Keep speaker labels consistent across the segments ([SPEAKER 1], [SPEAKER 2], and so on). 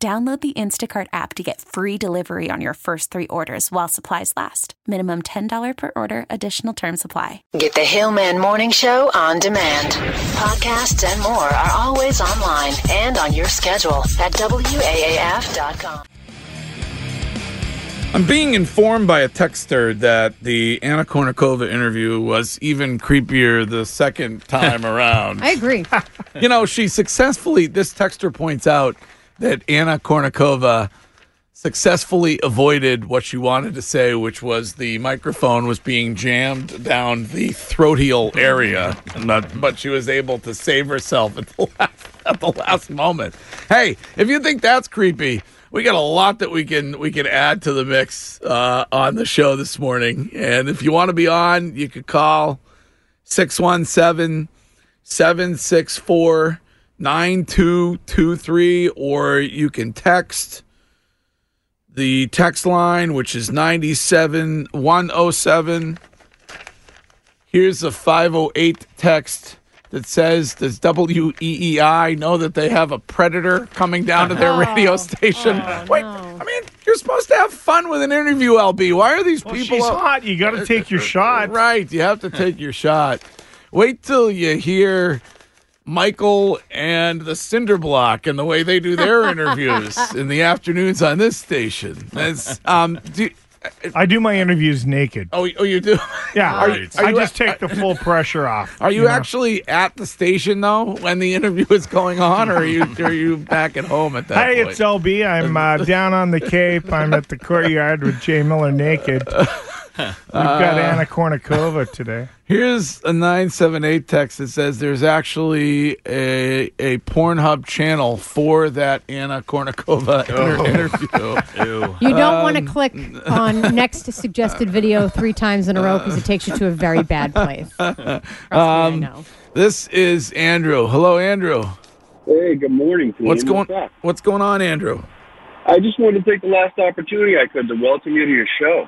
[SPEAKER 1] Download the Instacart app to get free delivery on your first three orders while supplies last. Minimum $10 per order, additional term supply.
[SPEAKER 2] Get the Hillman Morning Show on demand. Podcasts and more are always online and on your schedule at WAAF.com.
[SPEAKER 3] I'm being informed by a texter that the Anna Kournikova interview was even creepier the second time around.
[SPEAKER 4] I agree.
[SPEAKER 3] you know, she successfully, this texter points out that Anna Kournikova successfully avoided what she wanted to say, which was the microphone was being jammed down the throatial area, but, but she was able to save herself at the, last, at the last moment. Hey, if you think that's creepy, we got a lot that we can we can add to the mix uh, on the show this morning. And if you want to be on, you could call 617 764 9223 or you can text the text line which is 97107 here's a 508 text that says does weei know that they have a predator coming down to their
[SPEAKER 5] Oh.
[SPEAKER 3] radio station wait i mean you're supposed to have fun with an interview lb why are these
[SPEAKER 5] Well,
[SPEAKER 3] people
[SPEAKER 5] she's
[SPEAKER 3] up-
[SPEAKER 5] hot. You got to take your shot.
[SPEAKER 3] Right. You have to take your shot. Wait till you hear Michael and the Cinderblock and the way they do their interviews in the afternoons on this station. That's, um, do,
[SPEAKER 5] I do my interviews naked.
[SPEAKER 3] oh, oh, you do?
[SPEAKER 5] Yeah,
[SPEAKER 3] Are,
[SPEAKER 5] I-
[SPEAKER 3] are
[SPEAKER 5] I
[SPEAKER 3] you,
[SPEAKER 5] just take the full pressure off.
[SPEAKER 3] are you,
[SPEAKER 5] know?
[SPEAKER 3] actually at the station, though, when the interview is going on, or are you, are you back at home at that
[SPEAKER 5] Hey,
[SPEAKER 3] point?
[SPEAKER 5] it's LB. I'm uh, down on the Cape. I'm at the courtyard with Jay Miller naked. We've got
[SPEAKER 3] Uh.
[SPEAKER 5] Anna Kournikova today.
[SPEAKER 3] Here's a 978 text that says there's actually a a Pornhub channel for that Anna Kournikova inter- interview.
[SPEAKER 4] You don't want
[SPEAKER 3] Um,
[SPEAKER 4] to click on next suggested video three times in a row because it takes you to a very bad place. Trust me, I
[SPEAKER 3] Um,
[SPEAKER 4] know.
[SPEAKER 3] This is Andrew. Hello, Andrew.
[SPEAKER 6] Hey, good morning. Team.
[SPEAKER 3] What's going
[SPEAKER 6] up?
[SPEAKER 3] What's going on, Andrew?
[SPEAKER 6] I just wanted to take the last opportunity I could to welcome you to your show.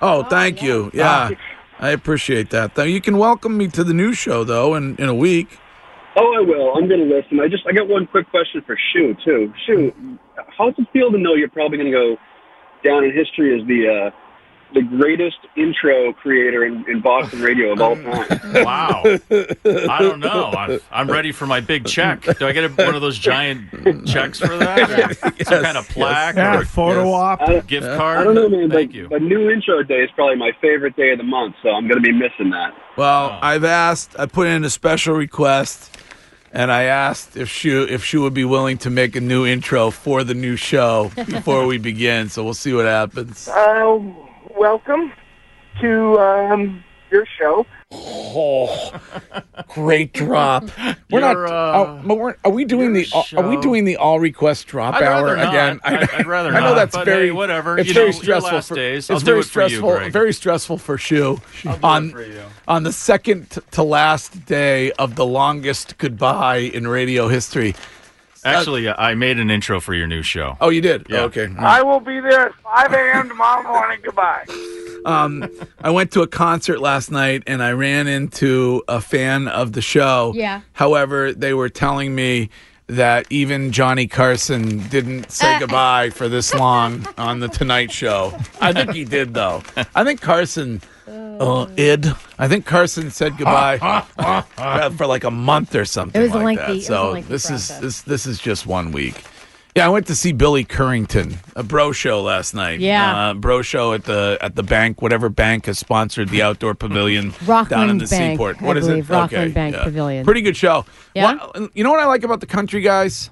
[SPEAKER 3] Oh, thank you. Yeah, I appreciate that. Though you can welcome me to the new show though in in a week.
[SPEAKER 6] Oh, I will. I'm going to listen. I just I got one quick question for Shu too. Shu, how's it feel to know you're probably going to go down in history as the uh, the greatest intro creator in, in Boston
[SPEAKER 3] Oh,
[SPEAKER 6] radio of all time?
[SPEAKER 7] Wow. I don't know. I'm, I'm ready for my big check. Do I get a, one of those giant checks for that? Some kind of plaque
[SPEAKER 5] Yeah,
[SPEAKER 7] or
[SPEAKER 5] photo op.
[SPEAKER 3] Uh,
[SPEAKER 7] a gift card?
[SPEAKER 6] I don't know, man.
[SPEAKER 7] Thank
[SPEAKER 6] but,
[SPEAKER 7] you.
[SPEAKER 6] but new intro day is probably my favorite day of the month, so I'm going to be missing that.
[SPEAKER 3] Well, I've asked. I put in a special request, and I asked if she if she would be willing to make a new intro for the new show before we begin. So we'll see what happens.
[SPEAKER 8] Uh, welcome to um, your show.
[SPEAKER 3] Oh, great drop! We're not.
[SPEAKER 7] Your, uh,
[SPEAKER 3] oh, but we're, are we doing
[SPEAKER 7] your
[SPEAKER 3] the are we
[SPEAKER 7] show-
[SPEAKER 3] doing the all request drop
[SPEAKER 7] I'd rather
[SPEAKER 3] hour
[SPEAKER 7] not.
[SPEAKER 3] again?
[SPEAKER 7] I'd- I'd rather
[SPEAKER 3] I know
[SPEAKER 7] not,
[SPEAKER 3] that's
[SPEAKER 7] but
[SPEAKER 3] very
[SPEAKER 7] hey, whatever.
[SPEAKER 3] It's
[SPEAKER 7] You
[SPEAKER 3] very
[SPEAKER 7] know, your
[SPEAKER 3] stressful.
[SPEAKER 7] last
[SPEAKER 3] for,
[SPEAKER 7] days. I'll
[SPEAKER 3] It's
[SPEAKER 7] do
[SPEAKER 3] very
[SPEAKER 7] it for you,
[SPEAKER 3] stressful.
[SPEAKER 7] Greg.
[SPEAKER 3] very stressful for Shu on
[SPEAKER 7] for you.
[SPEAKER 3] on the second t- to last day of the longest goodbye in radio history.
[SPEAKER 7] Actually, uh, I made an intro for your new show.
[SPEAKER 3] Oh, you did.
[SPEAKER 7] Yeah.
[SPEAKER 3] Oh, okay.
[SPEAKER 8] I will be there at 5 a.m. tomorrow morning. Goodbye.
[SPEAKER 3] um, I went to a concert last night and I ran into a fan of the show.
[SPEAKER 4] Yeah.
[SPEAKER 3] However, they were telling me that even Johnny Carson didn't
[SPEAKER 4] Uh.
[SPEAKER 3] say goodbye for this long on the Tonight Show. I think he did though. I think Carson.
[SPEAKER 4] Oh.
[SPEAKER 3] Uh, id. I think Carson said goodbye uh, for like a month or something.
[SPEAKER 4] It was a
[SPEAKER 3] like
[SPEAKER 4] lengthy-
[SPEAKER 3] that.
[SPEAKER 4] it was a
[SPEAKER 3] So
[SPEAKER 4] lengthy
[SPEAKER 3] this
[SPEAKER 4] process.
[SPEAKER 3] is this this is just one week. Yeah, I went to see Billy Currington, a bro show last night.
[SPEAKER 4] Yeah.
[SPEAKER 3] uh, bro show at the at the bank, whatever bank has sponsored the outdoor pavilion down in
[SPEAKER 4] Rockland
[SPEAKER 3] the
[SPEAKER 4] Bank,
[SPEAKER 3] seaport.
[SPEAKER 4] I
[SPEAKER 3] What is
[SPEAKER 4] believe,
[SPEAKER 3] it?
[SPEAKER 4] Rockland Bank Pavilion.
[SPEAKER 3] Pretty good show.
[SPEAKER 4] Yeah?
[SPEAKER 3] One- you know what I like about the country guys?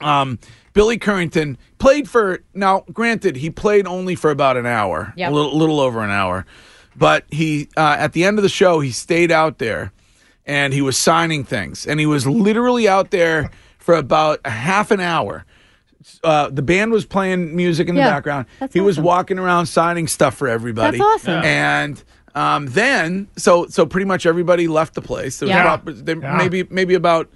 [SPEAKER 3] Um, Billy Currington played for now. Granted, he played only for about an hour,
[SPEAKER 4] Yep.
[SPEAKER 3] a little, little over an hour, but he uh, at the end of the show he stayed out there and he was signing things, and he was literally out there for about a half an hour uh, the band was playing music in
[SPEAKER 4] Yeah,
[SPEAKER 3] the background.
[SPEAKER 4] that's
[SPEAKER 3] He was
[SPEAKER 4] awesome.
[SPEAKER 3] walking around signing stuff for everybody.
[SPEAKER 4] That's awesome.
[SPEAKER 3] And um, then, so so pretty much everybody left the place. There was
[SPEAKER 4] Yeah.
[SPEAKER 3] prob- there-
[SPEAKER 5] Yeah.
[SPEAKER 3] maybe maybe about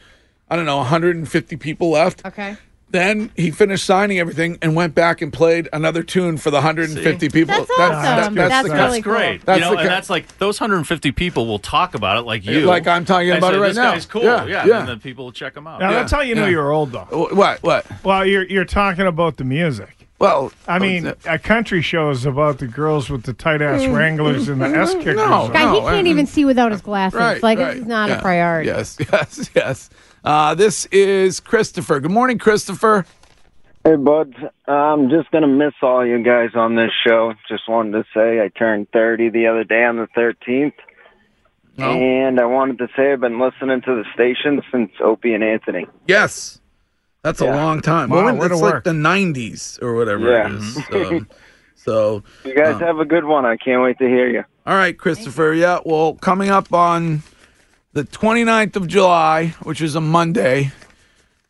[SPEAKER 3] I don't know 150 people left.
[SPEAKER 4] Okay.
[SPEAKER 3] Then he finished signing everything and went back and played another tune for the 150 people.
[SPEAKER 4] That's awesome. That's
[SPEAKER 3] the
[SPEAKER 4] really
[SPEAKER 3] kind-
[SPEAKER 7] That's great.
[SPEAKER 3] That's
[SPEAKER 7] you know,
[SPEAKER 3] the
[SPEAKER 7] and
[SPEAKER 3] ki-
[SPEAKER 7] that's like those 150 people will talk about it like you,
[SPEAKER 3] Like I'm talking
[SPEAKER 7] and
[SPEAKER 3] about
[SPEAKER 7] say,
[SPEAKER 3] it right
[SPEAKER 7] this
[SPEAKER 3] now."
[SPEAKER 7] guy's cool.
[SPEAKER 3] Yeah,
[SPEAKER 7] Yeah,
[SPEAKER 3] yeah.
[SPEAKER 7] And then people will check him out.
[SPEAKER 5] Now
[SPEAKER 7] Yeah.
[SPEAKER 5] that's how you know
[SPEAKER 3] yeah.
[SPEAKER 5] you're old, though.
[SPEAKER 3] Wh- What? What?
[SPEAKER 5] Well, you're you're talking about the music.
[SPEAKER 3] Well, oh,
[SPEAKER 5] I mean, a country show is about the girls with the tight ass wranglers and the S kickers.
[SPEAKER 3] Mm. No.
[SPEAKER 4] Guy, he
[SPEAKER 3] No,
[SPEAKER 4] can't
[SPEAKER 3] Oh, I-
[SPEAKER 4] even see without his glasses.
[SPEAKER 3] right.
[SPEAKER 4] like
[SPEAKER 3] right.
[SPEAKER 4] this is not
[SPEAKER 3] Yeah.
[SPEAKER 4] a priority.
[SPEAKER 3] Yes, yes, yes. Uh, this is Christopher. Good morning, Christopher.
[SPEAKER 9] Hey, bud. I'm just going to miss all you guys on this show. Just wanted to say I turned 30 the other day on the 13th.
[SPEAKER 8] Oh.
[SPEAKER 9] And I wanted to say I've been listening to the station since Opie and Anthony.
[SPEAKER 3] Yes. That's a
[SPEAKER 9] Yeah.
[SPEAKER 3] long time.
[SPEAKER 5] Wow,
[SPEAKER 3] well, it's
[SPEAKER 5] way to
[SPEAKER 3] like
[SPEAKER 5] work.
[SPEAKER 3] the 90s or whatever
[SPEAKER 9] Yeah.
[SPEAKER 3] it is. Um, so,
[SPEAKER 9] You guys
[SPEAKER 3] Oh.
[SPEAKER 9] have a good one. I can't wait to hear you.
[SPEAKER 3] all right, Christopher. Yeah, well, coming up on the 29th of July, which is a Monday,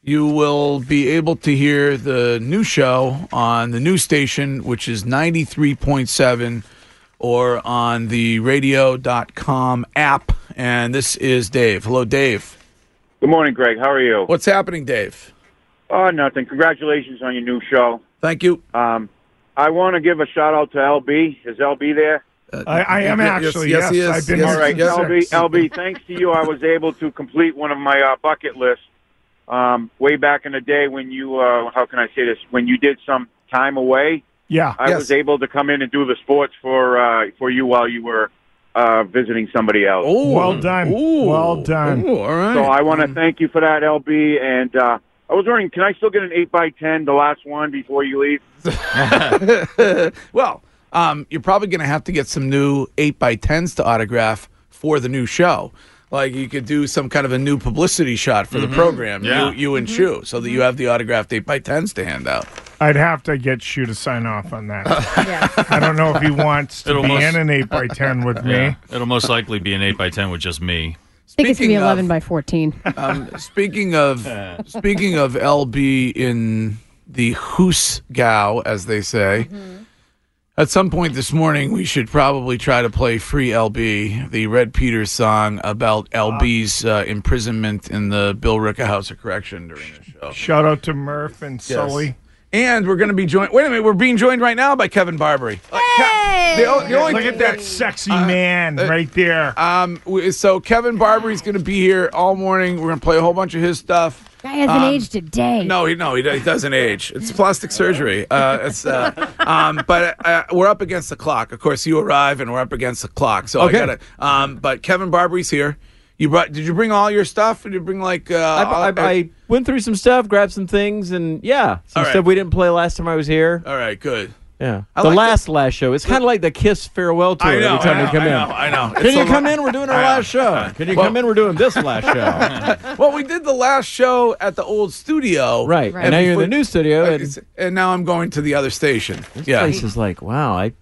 [SPEAKER 3] you will be able to hear the new show on the new station, which is 93.7 or on the radio.com app. And this is Dave. Hello, Dave.
[SPEAKER 10] Good morning, Greg. How are you?
[SPEAKER 3] What's happening, Dave?
[SPEAKER 10] Oh, nothing. Congratulations on your new show.
[SPEAKER 3] Thank you.
[SPEAKER 5] Uh,
[SPEAKER 10] Um, I want to give a shout out to LB. Is LB there?
[SPEAKER 5] I, I am
[SPEAKER 3] Yes,
[SPEAKER 5] actually. Yes,
[SPEAKER 3] yes, he is.
[SPEAKER 5] I've been
[SPEAKER 3] Yes,
[SPEAKER 10] All right,
[SPEAKER 3] yes, sir.
[SPEAKER 10] LB. LB, thanks to you, I was able to complete one of my uh, bucket lists um, way back in the day when you. Uh, how can I say this? When you did some time away,
[SPEAKER 5] Yeah.
[SPEAKER 10] I
[SPEAKER 3] Yes.
[SPEAKER 10] was able to come in and do the sports for uh, for you while you were uh, visiting somebody else.
[SPEAKER 3] Oh, Mm.
[SPEAKER 5] Well done. Well done.
[SPEAKER 3] Ooh, all right.
[SPEAKER 10] So I want to thank you for that, LB. And uh, I was wondering, can I still get an eight by ten, the last one before you leave?
[SPEAKER 3] well, um, you're probably going to have to get some new 8 by 10s to autograph for the new show. Like you could do some kind of a new publicity shot for the program,
[SPEAKER 7] Yeah.
[SPEAKER 3] you, you and
[SPEAKER 4] Mm-hmm.
[SPEAKER 3] Chu, so that you have the autographed 8 by 10s to hand out.
[SPEAKER 5] I'd have to get Shu to sign off on that.
[SPEAKER 4] Yeah.
[SPEAKER 5] I don't know if he wants to
[SPEAKER 7] It'll
[SPEAKER 5] be
[SPEAKER 7] most-
[SPEAKER 5] in an eight by ten with me.
[SPEAKER 7] Yeah. It'll most likely be an eight by ten with just me.
[SPEAKER 4] I think it's gonna be
[SPEAKER 3] Speaking of-
[SPEAKER 4] eleven by fourteen.
[SPEAKER 3] Um, speaking of speaking of LB in the Hoosgau, as they say, at some point this morning we should probably try to play "Free LB," the Red Peters song about LB's uh, imprisonment in the Bill Rickhauser correction during the show.
[SPEAKER 5] Shout out to Murph and Sully.
[SPEAKER 3] And we're going to be joined. Wait a minute, we're being joined right now by Kevin Barbary. Like, Ke- the, o- the only uh,
[SPEAKER 5] Look at that sexy man right there.
[SPEAKER 3] Um, we- so Kevin Barbary's going to be here all morning. We're going to play a whole bunch of his stuff.
[SPEAKER 4] Guy hasn't aged a day.
[SPEAKER 3] Um, No, he no, he, he doesn't age. It's plastic surgery. Uh, it's uh, um, but uh, we're up against the clock. Of course, you arrive and we're up against the clock. So
[SPEAKER 11] Okay.
[SPEAKER 3] I got it. Um, but Kevin Barbary's here. You brought? Did you bring all your stuff? Did you bring like? Uh,
[SPEAKER 11] I, I,
[SPEAKER 3] all-
[SPEAKER 11] I went through some stuff, grabbed some things, and yeah, some
[SPEAKER 3] All right.
[SPEAKER 11] stuff we didn't play last time I was here.
[SPEAKER 3] all right, good.
[SPEAKER 11] Yeah,
[SPEAKER 3] I
[SPEAKER 11] the
[SPEAKER 3] like
[SPEAKER 11] last last show. It's kind of like the Kiss farewell tour
[SPEAKER 3] I know.
[SPEAKER 11] every time
[SPEAKER 3] I know,
[SPEAKER 11] we come
[SPEAKER 3] I
[SPEAKER 11] in.
[SPEAKER 3] know, I know.
[SPEAKER 11] Can you come in? We're doing our last show. Can you
[SPEAKER 3] Well-
[SPEAKER 11] come in? We're doing this last show.
[SPEAKER 3] Well, we did the last show at the old studio,
[SPEAKER 11] right.
[SPEAKER 4] Right.
[SPEAKER 11] And now you're in
[SPEAKER 3] before-
[SPEAKER 11] the new studio, and
[SPEAKER 3] And now I'm going to the other station. yeah,
[SPEAKER 11] place is like, wow, I,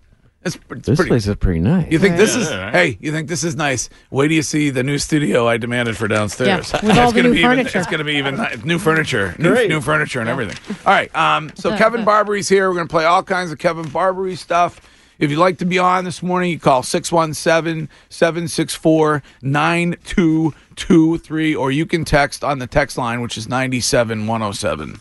[SPEAKER 3] it's, it's
[SPEAKER 11] this
[SPEAKER 3] pretty.
[SPEAKER 11] place is pretty nice.
[SPEAKER 3] you think this
[SPEAKER 7] Yeah,
[SPEAKER 3] is?
[SPEAKER 7] all right.
[SPEAKER 3] Hey, you think this is nice? Wait till you see the new studio I demanded for downstairs.
[SPEAKER 4] Yeah, with all the
[SPEAKER 3] gonna
[SPEAKER 4] new
[SPEAKER 3] be even-
[SPEAKER 4] furniture.
[SPEAKER 3] it's going to be even ni- new furniture, new,
[SPEAKER 11] Great.
[SPEAKER 3] new furniture and everything. All right. Um, so Kevin Barbary's here. We're going to play all kinds of Kevin Barbary stuff. If you'd like to be on this morning, you call 617-764-9223 or you can text on the text line which is 97107.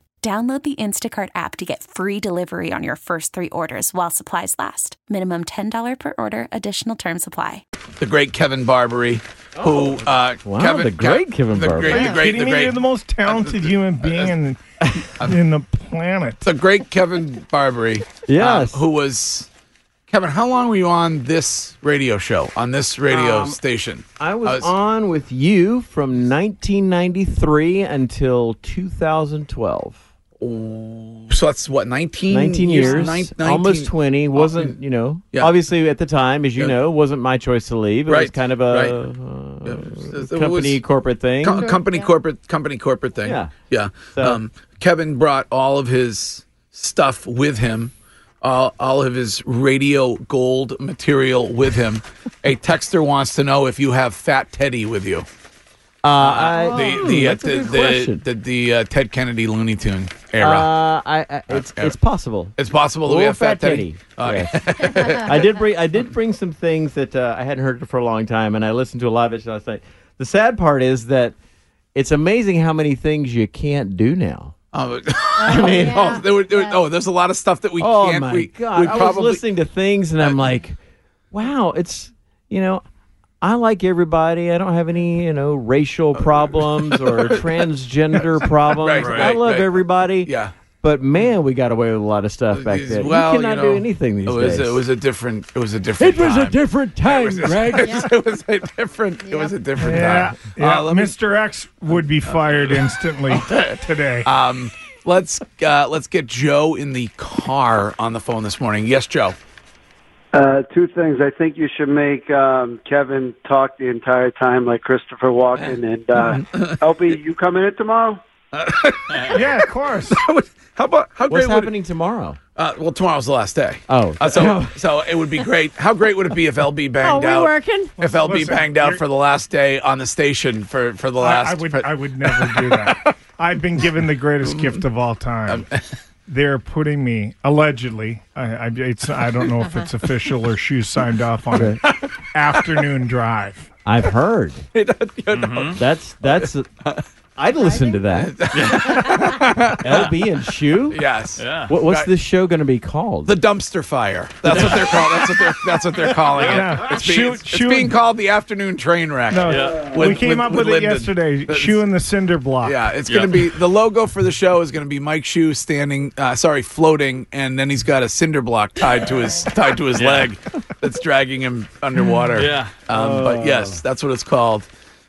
[SPEAKER 1] Download the Instacart app to get free delivery on your first three orders while supplies last. Minimum $10 per order, additional term supply.
[SPEAKER 3] the great Kevin Barbary, who uh,
[SPEAKER 11] Wow,
[SPEAKER 3] Kevin,
[SPEAKER 11] the great
[SPEAKER 3] Kev-
[SPEAKER 11] Kevin
[SPEAKER 3] the
[SPEAKER 11] Barbary.
[SPEAKER 3] great,
[SPEAKER 5] Are
[SPEAKER 3] the
[SPEAKER 5] you
[SPEAKER 3] great,
[SPEAKER 5] kidding
[SPEAKER 3] the
[SPEAKER 5] me?
[SPEAKER 3] great,
[SPEAKER 5] You're the most talented human being in, in the planet.
[SPEAKER 3] the great Kevin Barbary.
[SPEAKER 11] Yes.
[SPEAKER 3] um, who was Kevin? How long were you on this radio show on this radio station?
[SPEAKER 11] Um,
[SPEAKER 3] Uh,
[SPEAKER 11] I was, on with you from 1993 until 2012.
[SPEAKER 3] So that's what 19,
[SPEAKER 11] 19 years,
[SPEAKER 3] Nine- 19
[SPEAKER 11] almost 20. Wasn't, you know, obviously at the time, as you
[SPEAKER 3] Yeah.
[SPEAKER 11] know, wasn't my choice to leave. It was
[SPEAKER 3] Right,
[SPEAKER 11] kind of
[SPEAKER 3] right.
[SPEAKER 11] a uh,
[SPEAKER 3] it
[SPEAKER 11] company
[SPEAKER 3] was-
[SPEAKER 11] corporate thing. Uh,
[SPEAKER 3] Co- company corporate company corporate thing.
[SPEAKER 11] Yeah.
[SPEAKER 3] yeah. um, Kevin brought all of his stuff with him, all, all of his radio gold material with him. A texter wants to know if you have Fat Teddy with you.
[SPEAKER 11] Uh, I-
[SPEAKER 3] the the, uh,
[SPEAKER 11] That's a
[SPEAKER 3] the,
[SPEAKER 11] good
[SPEAKER 3] the
[SPEAKER 11] question.
[SPEAKER 3] the the uh, Ted Kennedy Looney Tune era.
[SPEAKER 11] Uh, I, I, it's,
[SPEAKER 3] era.
[SPEAKER 11] it's possible.
[SPEAKER 3] it's possible that we
[SPEAKER 11] Or
[SPEAKER 3] have Fat,
[SPEAKER 11] Fat
[SPEAKER 3] Teddy.
[SPEAKER 11] Teddy.
[SPEAKER 3] Oh, yeah.
[SPEAKER 11] I did bring I did bring some things that uh, I hadn't heard for a long time, and I listened to a lot of it last night. The sad part is that it's amazing how many things you can't do now.
[SPEAKER 3] Oh, I mean, oh, there were, there were, oh, there's a lot of stuff that we
[SPEAKER 11] oh
[SPEAKER 3] can't.
[SPEAKER 11] my
[SPEAKER 3] we,
[SPEAKER 11] god!
[SPEAKER 3] we
[SPEAKER 11] I
[SPEAKER 3] probably
[SPEAKER 11] was listening to things, and I'm like, wow, it's you know. I like everybody. I don't have any, you know, racial problems or transgender problems.
[SPEAKER 3] Right, right,
[SPEAKER 11] I love
[SPEAKER 3] right.
[SPEAKER 11] everybody.
[SPEAKER 3] Yeah.
[SPEAKER 11] But man, we got away with a lot of stuff back then.
[SPEAKER 3] well,
[SPEAKER 11] you cannot
[SPEAKER 3] know,
[SPEAKER 11] do anything these
[SPEAKER 3] it was,
[SPEAKER 11] days.
[SPEAKER 3] It was a different. It was a different.
[SPEAKER 11] was a
[SPEAKER 3] time.
[SPEAKER 11] different time,
[SPEAKER 3] It was,
[SPEAKER 11] Greg.
[SPEAKER 3] It was, it was a different. It was a different
[SPEAKER 5] Yeah,
[SPEAKER 3] time.
[SPEAKER 5] yeah.
[SPEAKER 3] Uh, let me-
[SPEAKER 5] Mr. X would be fired instantly today.
[SPEAKER 3] um, let's uh, let's get Joe in the car on the phone this morning. Yes, Joe.
[SPEAKER 12] Uh, two things. I think you should make um, Kevin talk the entire time like Christopher Walken. And uh, LB, you coming in tomorrow?
[SPEAKER 5] yeah, of course.
[SPEAKER 3] How about how
[SPEAKER 11] What's
[SPEAKER 3] great would it-
[SPEAKER 11] happening tomorrow?
[SPEAKER 3] Uh, well, tomorrow's the last day.
[SPEAKER 11] Oh.
[SPEAKER 3] Uh, so, so it would be great. How great would it be if LB
[SPEAKER 4] Oh,
[SPEAKER 3] banged
[SPEAKER 4] we
[SPEAKER 3] out?
[SPEAKER 4] working?
[SPEAKER 3] If LB
[SPEAKER 5] Listen,
[SPEAKER 3] banged out
[SPEAKER 5] you're-
[SPEAKER 3] for the last day on the station for for the
[SPEAKER 5] I, I
[SPEAKER 3] last.
[SPEAKER 5] would, I would never do that. I've been given the greatest gift of all time. They're putting me allegedly. I, I, it's, I don't know if it's official or shoes signed off on it. Afternoon drive.
[SPEAKER 11] I've heard. That's that's. I'd listen to that. LB and Shoe.
[SPEAKER 3] Yes. Yeah.
[SPEAKER 11] What, what's
[SPEAKER 3] Right.
[SPEAKER 11] this show going to be called?
[SPEAKER 3] The dumpster fire. That's what they're called. That's what they're. That's what they're calling it.
[SPEAKER 5] Yeah.
[SPEAKER 3] It's, being,
[SPEAKER 5] Shoot-
[SPEAKER 3] it's
[SPEAKER 5] shoot-
[SPEAKER 3] being called the afternoon train wreck.
[SPEAKER 5] No, we
[SPEAKER 3] With-
[SPEAKER 5] came up with, it
[SPEAKER 3] Lyndon.
[SPEAKER 5] yesterday.
[SPEAKER 3] That's-
[SPEAKER 5] Shoe in the cinder block.
[SPEAKER 3] Yeah, it's going to be the logo for the show is going to be Mike Shoe standing, uh, sorry, floating, and then he's got a cinder block tied to his tied to his leg that's dragging him underwater.
[SPEAKER 7] Yeah.
[SPEAKER 3] um, but yes, that's what it's called.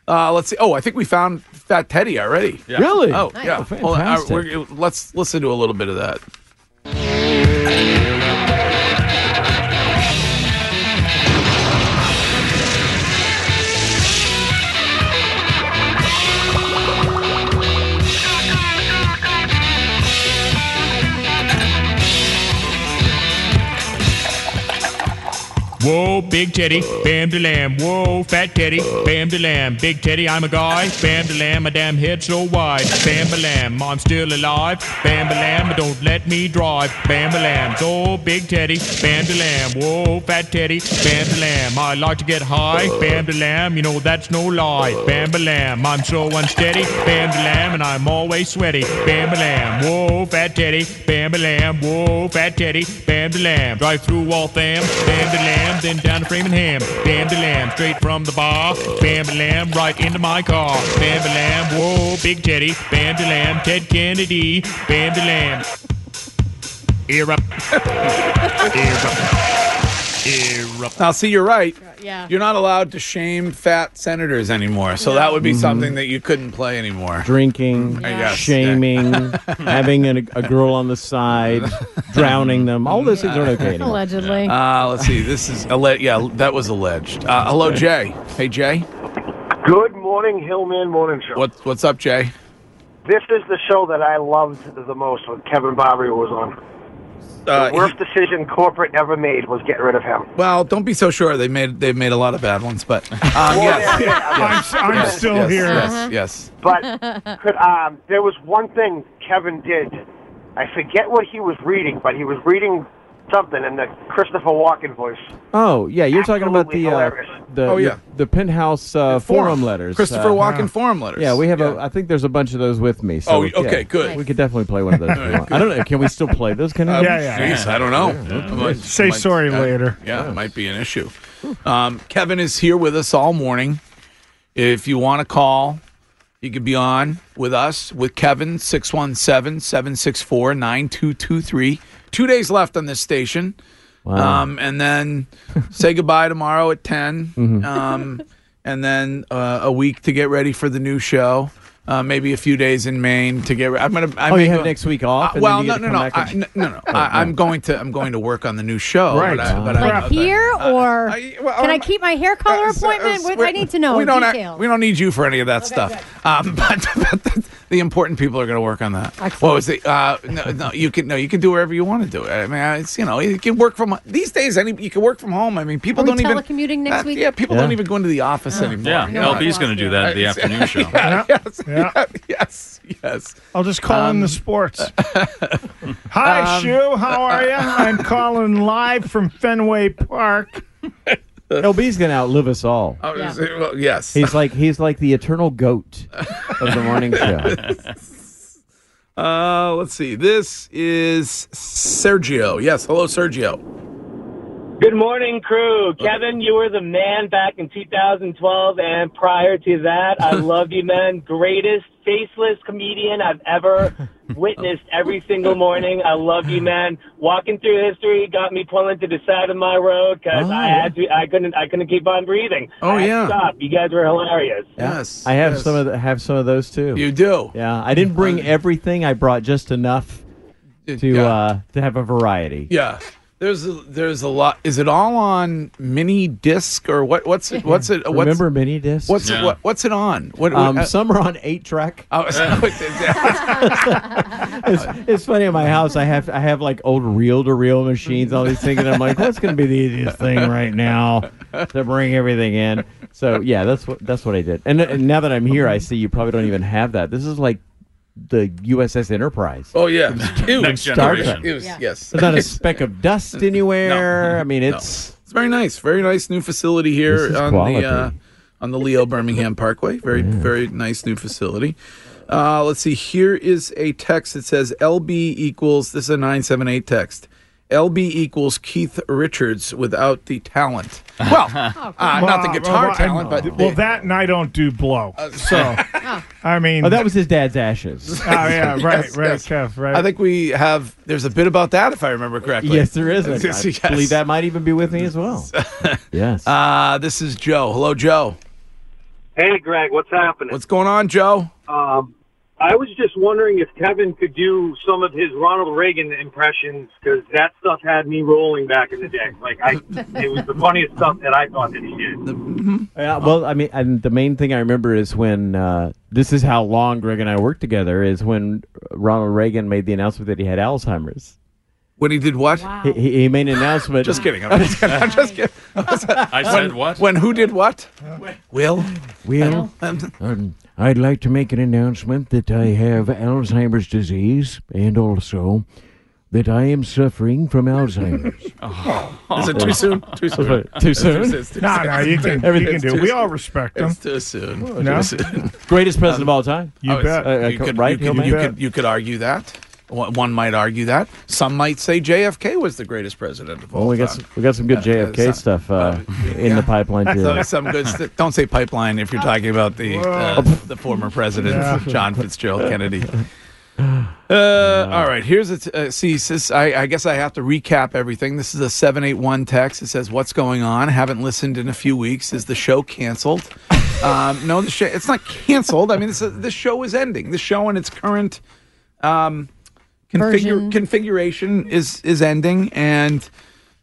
[SPEAKER 3] Uh, let's see. Oh, I think we found Fat Teddy already.
[SPEAKER 7] Yeah. Really?
[SPEAKER 3] Oh,
[SPEAKER 7] Nice.
[SPEAKER 3] yeah.
[SPEAKER 7] Oh,
[SPEAKER 3] Hold on,
[SPEAKER 7] fantastic.
[SPEAKER 3] we're- let's listen to a little bit of that.
[SPEAKER 13] Whoa, big teddy, bam de lamb. Whoa, fat teddy, bam de lamb. Big teddy, I'm a guy, bam de lamb. My damn head so wide, bam de lamb. I'm still alive, bam de lamb. Don't let me drive, bam de lamb. Oh, big teddy, bam de lamb. Whoa, fat teddy, bam de lamb. I like to get high, bam de lamb. You know that's no lie, bam de lamb. I'm so unsteady, bam de lamb, and I'm always sweaty, bam de lamb. Whoa, fat teddy, bam de lamb. Whoa, fat teddy, bam de lamb. Drive through Waltham, bam de lamb, then down to Framingham, bam de lamb. Straight from the bar, bam de lamb, right into my car, bam de lamb. Whoa, big teddy, bam de lamb. Ted Kennedy, bam de lamb. Ear up, ear up, ear up.
[SPEAKER 3] Now, see, you're right.
[SPEAKER 4] Yeah.
[SPEAKER 3] You're not allowed to shame fat senators anymore, so that would be something that you couldn't play anymore.
[SPEAKER 11] Drinking,
[SPEAKER 3] I guess,
[SPEAKER 11] shaming, having a, a girl on the side, drowning them. All those things aren't okay anymore.
[SPEAKER 4] Allegedly.
[SPEAKER 3] Uh, let's see. This is alle- yeah, that was alleged. Uh, hello, Jay. Hey, Jay.
[SPEAKER 14] Good morning, Hillman Morning Show.
[SPEAKER 3] What what's up, Jay?
[SPEAKER 14] This is the show that I loved the most when Kevin Barbary was on.
[SPEAKER 3] Uh,
[SPEAKER 14] the worst decision corporate ever made was get rid of him.
[SPEAKER 3] Well, don't be so sure. They made they've made a lot of bad ones, but um, yes, yes,
[SPEAKER 14] I'm- I'm
[SPEAKER 3] yes,
[SPEAKER 14] still
[SPEAKER 3] yes,
[SPEAKER 14] here.
[SPEAKER 3] Yes,
[SPEAKER 14] Uh-huh.
[SPEAKER 3] yes.
[SPEAKER 14] But could, um, there was one thing Kevin did. I forget what he was reading, but he was reading something in the Christopher Walken voice.
[SPEAKER 11] Oh yeah, you're talking about the uh,
[SPEAKER 14] hilarious.
[SPEAKER 11] the
[SPEAKER 14] Oh,
[SPEAKER 3] yeah.
[SPEAKER 11] the penthouse uh, forum. letters.
[SPEAKER 3] Christopher
[SPEAKER 11] uh,
[SPEAKER 3] Walken forum letters.
[SPEAKER 11] Yeah, we have a. I think there's a bunch of those with me. So
[SPEAKER 3] Oh,
[SPEAKER 11] yeah,
[SPEAKER 3] okay, good.
[SPEAKER 11] We could definitely play one of those. if we
[SPEAKER 3] Alright,
[SPEAKER 11] want. I don't know. Can we still play those? Can
[SPEAKER 3] Um, geez, I don't know.
[SPEAKER 11] Yeah.
[SPEAKER 3] Might-
[SPEAKER 5] Say
[SPEAKER 3] might-
[SPEAKER 5] sorry
[SPEAKER 3] uh,
[SPEAKER 5] later.
[SPEAKER 3] Yeah, it might be an issue. Um, Kevin is here with us all morning. If you want to call, you could be on with us with Kevin 617-764-9223. 2 days left on this station.
[SPEAKER 11] Wow.
[SPEAKER 3] Um, and then say goodbye tomorrow
[SPEAKER 11] Mm-hmm.
[SPEAKER 3] at 10. Um, and then uh, a week to get ready for the new show. uh, maybe a few days in Maine to get. re- I'm gonna. I
[SPEAKER 11] Oh, you
[SPEAKER 3] may
[SPEAKER 11] have
[SPEAKER 3] go- Uh,
[SPEAKER 11] next week off, and
[SPEAKER 3] well,
[SPEAKER 11] then you
[SPEAKER 3] no,
[SPEAKER 11] get
[SPEAKER 3] no,
[SPEAKER 11] to
[SPEAKER 3] no,
[SPEAKER 11] come back
[SPEAKER 3] I,
[SPEAKER 11] and-
[SPEAKER 3] no, no, I, I'm going to. I'm going to work on the new show.
[SPEAKER 11] Right.
[SPEAKER 3] But I, but I,
[SPEAKER 4] Like
[SPEAKER 3] but-
[SPEAKER 4] here or can I keep my hair color appointment? With, I need to know
[SPEAKER 3] uh, we don't. act-
[SPEAKER 4] detail.
[SPEAKER 3] we don't need you for any of that stuff. Um, but, but the, the important people are going to work on that. What was it? Uh, no, no, you can no, you can do wherever you want to do it. I mean, it's you know, you can work from these days. Any you can work from home. I mean, people
[SPEAKER 4] Are we
[SPEAKER 3] don't even
[SPEAKER 4] telecommuting next
[SPEAKER 3] uh,
[SPEAKER 4] week? Oh.
[SPEAKER 3] Yeah, people
[SPEAKER 7] Yeah.
[SPEAKER 3] don't even go into the office anymore.
[SPEAKER 7] Yeah,
[SPEAKER 3] You know,
[SPEAKER 7] LB's going to do that at the
[SPEAKER 3] It's-
[SPEAKER 7] afternoon show.
[SPEAKER 3] Yeah, yes, yeah, yes, yes.
[SPEAKER 5] I'll just call in the sports. Hi,
[SPEAKER 3] um,
[SPEAKER 5] Shu. How are you? I'm calling live from Fenway Park.
[SPEAKER 11] LB's gonna outlive us all.
[SPEAKER 3] Oh, is it- well, yes.
[SPEAKER 11] He's like he's like the eternal goat of the morning show.
[SPEAKER 3] Uh, let's see. This is Sergio. Yes, hello, Sergio.
[SPEAKER 15] Good morning, crew. Kevin, you were the man back in 2012, and prior to that, I love you, man. Greatest faceless comedian I've ever witnessed every single morning. I love you, man. Walking through history got me pulling to the side of my road because I had to. I couldn't. I couldn't keep on breathing.
[SPEAKER 11] Oh,
[SPEAKER 15] I had to
[SPEAKER 11] yeah.
[SPEAKER 15] Stop. You guys were hilarious.
[SPEAKER 3] Yes,
[SPEAKER 11] I have some of the, have some of those too.
[SPEAKER 3] You do. Uh,
[SPEAKER 11] Yeah, I didn't bring everything. I brought just enough to uh, to have a variety.
[SPEAKER 3] Yeah. There's a, there's a lot. Is it all on mini disc or what? What's it? What's it? What's,
[SPEAKER 11] Remember mini disc?
[SPEAKER 3] What's it? What, what's it on? What? uh,
[SPEAKER 11] Um, some are on eight track.
[SPEAKER 3] Oh, so
[SPEAKER 11] it's, it's funny at my house. I have I have like old reel to reel machines, all these things, and I'm like, what's going to be the easiest thing right now to bring everything in? So yeah, that's what that's what I did. And, and now that I'm here, I see you probably don't even have that. This is like the USS Enterprise.
[SPEAKER 3] oh yeah. Huge.
[SPEAKER 11] Next Star generation. Trek.
[SPEAKER 3] It was- Yes.
[SPEAKER 11] There's not a speck of dust anywhere. I mean, it's
[SPEAKER 3] It's very nice. Very nice new facility
[SPEAKER 11] This
[SPEAKER 3] here
[SPEAKER 11] is
[SPEAKER 3] on
[SPEAKER 11] quality.
[SPEAKER 3] the uh, on the Leo Birmingham Parkway. Very very nice new facility. Uh, let's see. Here is a text that says LB equals. This is a nine seven eight text. LB equals Keith Richards without the talent. Well,
[SPEAKER 11] Oh,
[SPEAKER 3] uh, not the
[SPEAKER 5] Well,
[SPEAKER 3] guitar
[SPEAKER 5] well, I-
[SPEAKER 3] talent, but Uh,
[SPEAKER 5] well, that and I don't do blow. so I mean,
[SPEAKER 11] oh, that was his dad's ashes.
[SPEAKER 5] Oh, yeah, right,
[SPEAKER 3] Yes,
[SPEAKER 5] right,
[SPEAKER 3] yes.
[SPEAKER 5] Kev, right.
[SPEAKER 3] I think we have. There's a bit about that, if I remember correctly.
[SPEAKER 11] Yes, there is. I,
[SPEAKER 3] Yes,
[SPEAKER 11] I
[SPEAKER 3] yes.
[SPEAKER 11] believe that might even be with me as well. yes.
[SPEAKER 3] Uh, this is Joe. Hello, Joe.
[SPEAKER 16] Hey, Greg, what's happening?
[SPEAKER 3] What's going on, Joe?
[SPEAKER 16] Um, I was just wondering if Kevin could do some of his Ronald Reagan impressions because that stuff had me rolling back in the day. Like, I, it was the funniest stuff that I thought that he did.
[SPEAKER 11] Yeah, well, I mean, and the main thing I remember is when uh, this is how long Greg and I worked together is when Ronald Reagan made the announcement that he had Alzheimer's.
[SPEAKER 3] When he did what?
[SPEAKER 11] He, he he made an announcement.
[SPEAKER 3] Just kidding. I'm just kidding. I'm just kidding. I
[SPEAKER 11] said
[SPEAKER 3] what? When who did what? Will.
[SPEAKER 17] Will, um, I'd like to make an announcement that I have Alzheimer's disease and also that I am suffering from Alzheimer's.
[SPEAKER 3] Is it too soon? Too soon.
[SPEAKER 11] Too soon?
[SPEAKER 5] No, no, you can- you can do it. We all respect him.
[SPEAKER 3] It's too soon.
[SPEAKER 5] Oh, No?
[SPEAKER 3] Too soon.
[SPEAKER 11] Greatest president of all time.
[SPEAKER 3] Oh, it's-
[SPEAKER 11] Uh, uh,
[SPEAKER 3] you could,
[SPEAKER 11] right?
[SPEAKER 3] You
[SPEAKER 11] Hillman?
[SPEAKER 3] could, you could, you could argue that. One one might argue that. Some might say JFK was the greatest president of all
[SPEAKER 11] Well, we got
[SPEAKER 3] time.
[SPEAKER 11] some, we got some good JFK stuff uh, in the pipeline too.
[SPEAKER 3] So some good. St- don't say pipeline if you're talking about the uh, the former president
[SPEAKER 11] Yeah.
[SPEAKER 3] John Fitzgerald Kennedy. Uh, all right, here's a t- uh, see. Sis, I, I guess I have to recap everything. This is a seven eight one text. It says, "What's going on? Haven't listened in a few weeks. Is the show canceled? um, no, the show it's not canceled. I mean, this is- this show is ending. The show in its current um, configure, configuration is is ending, and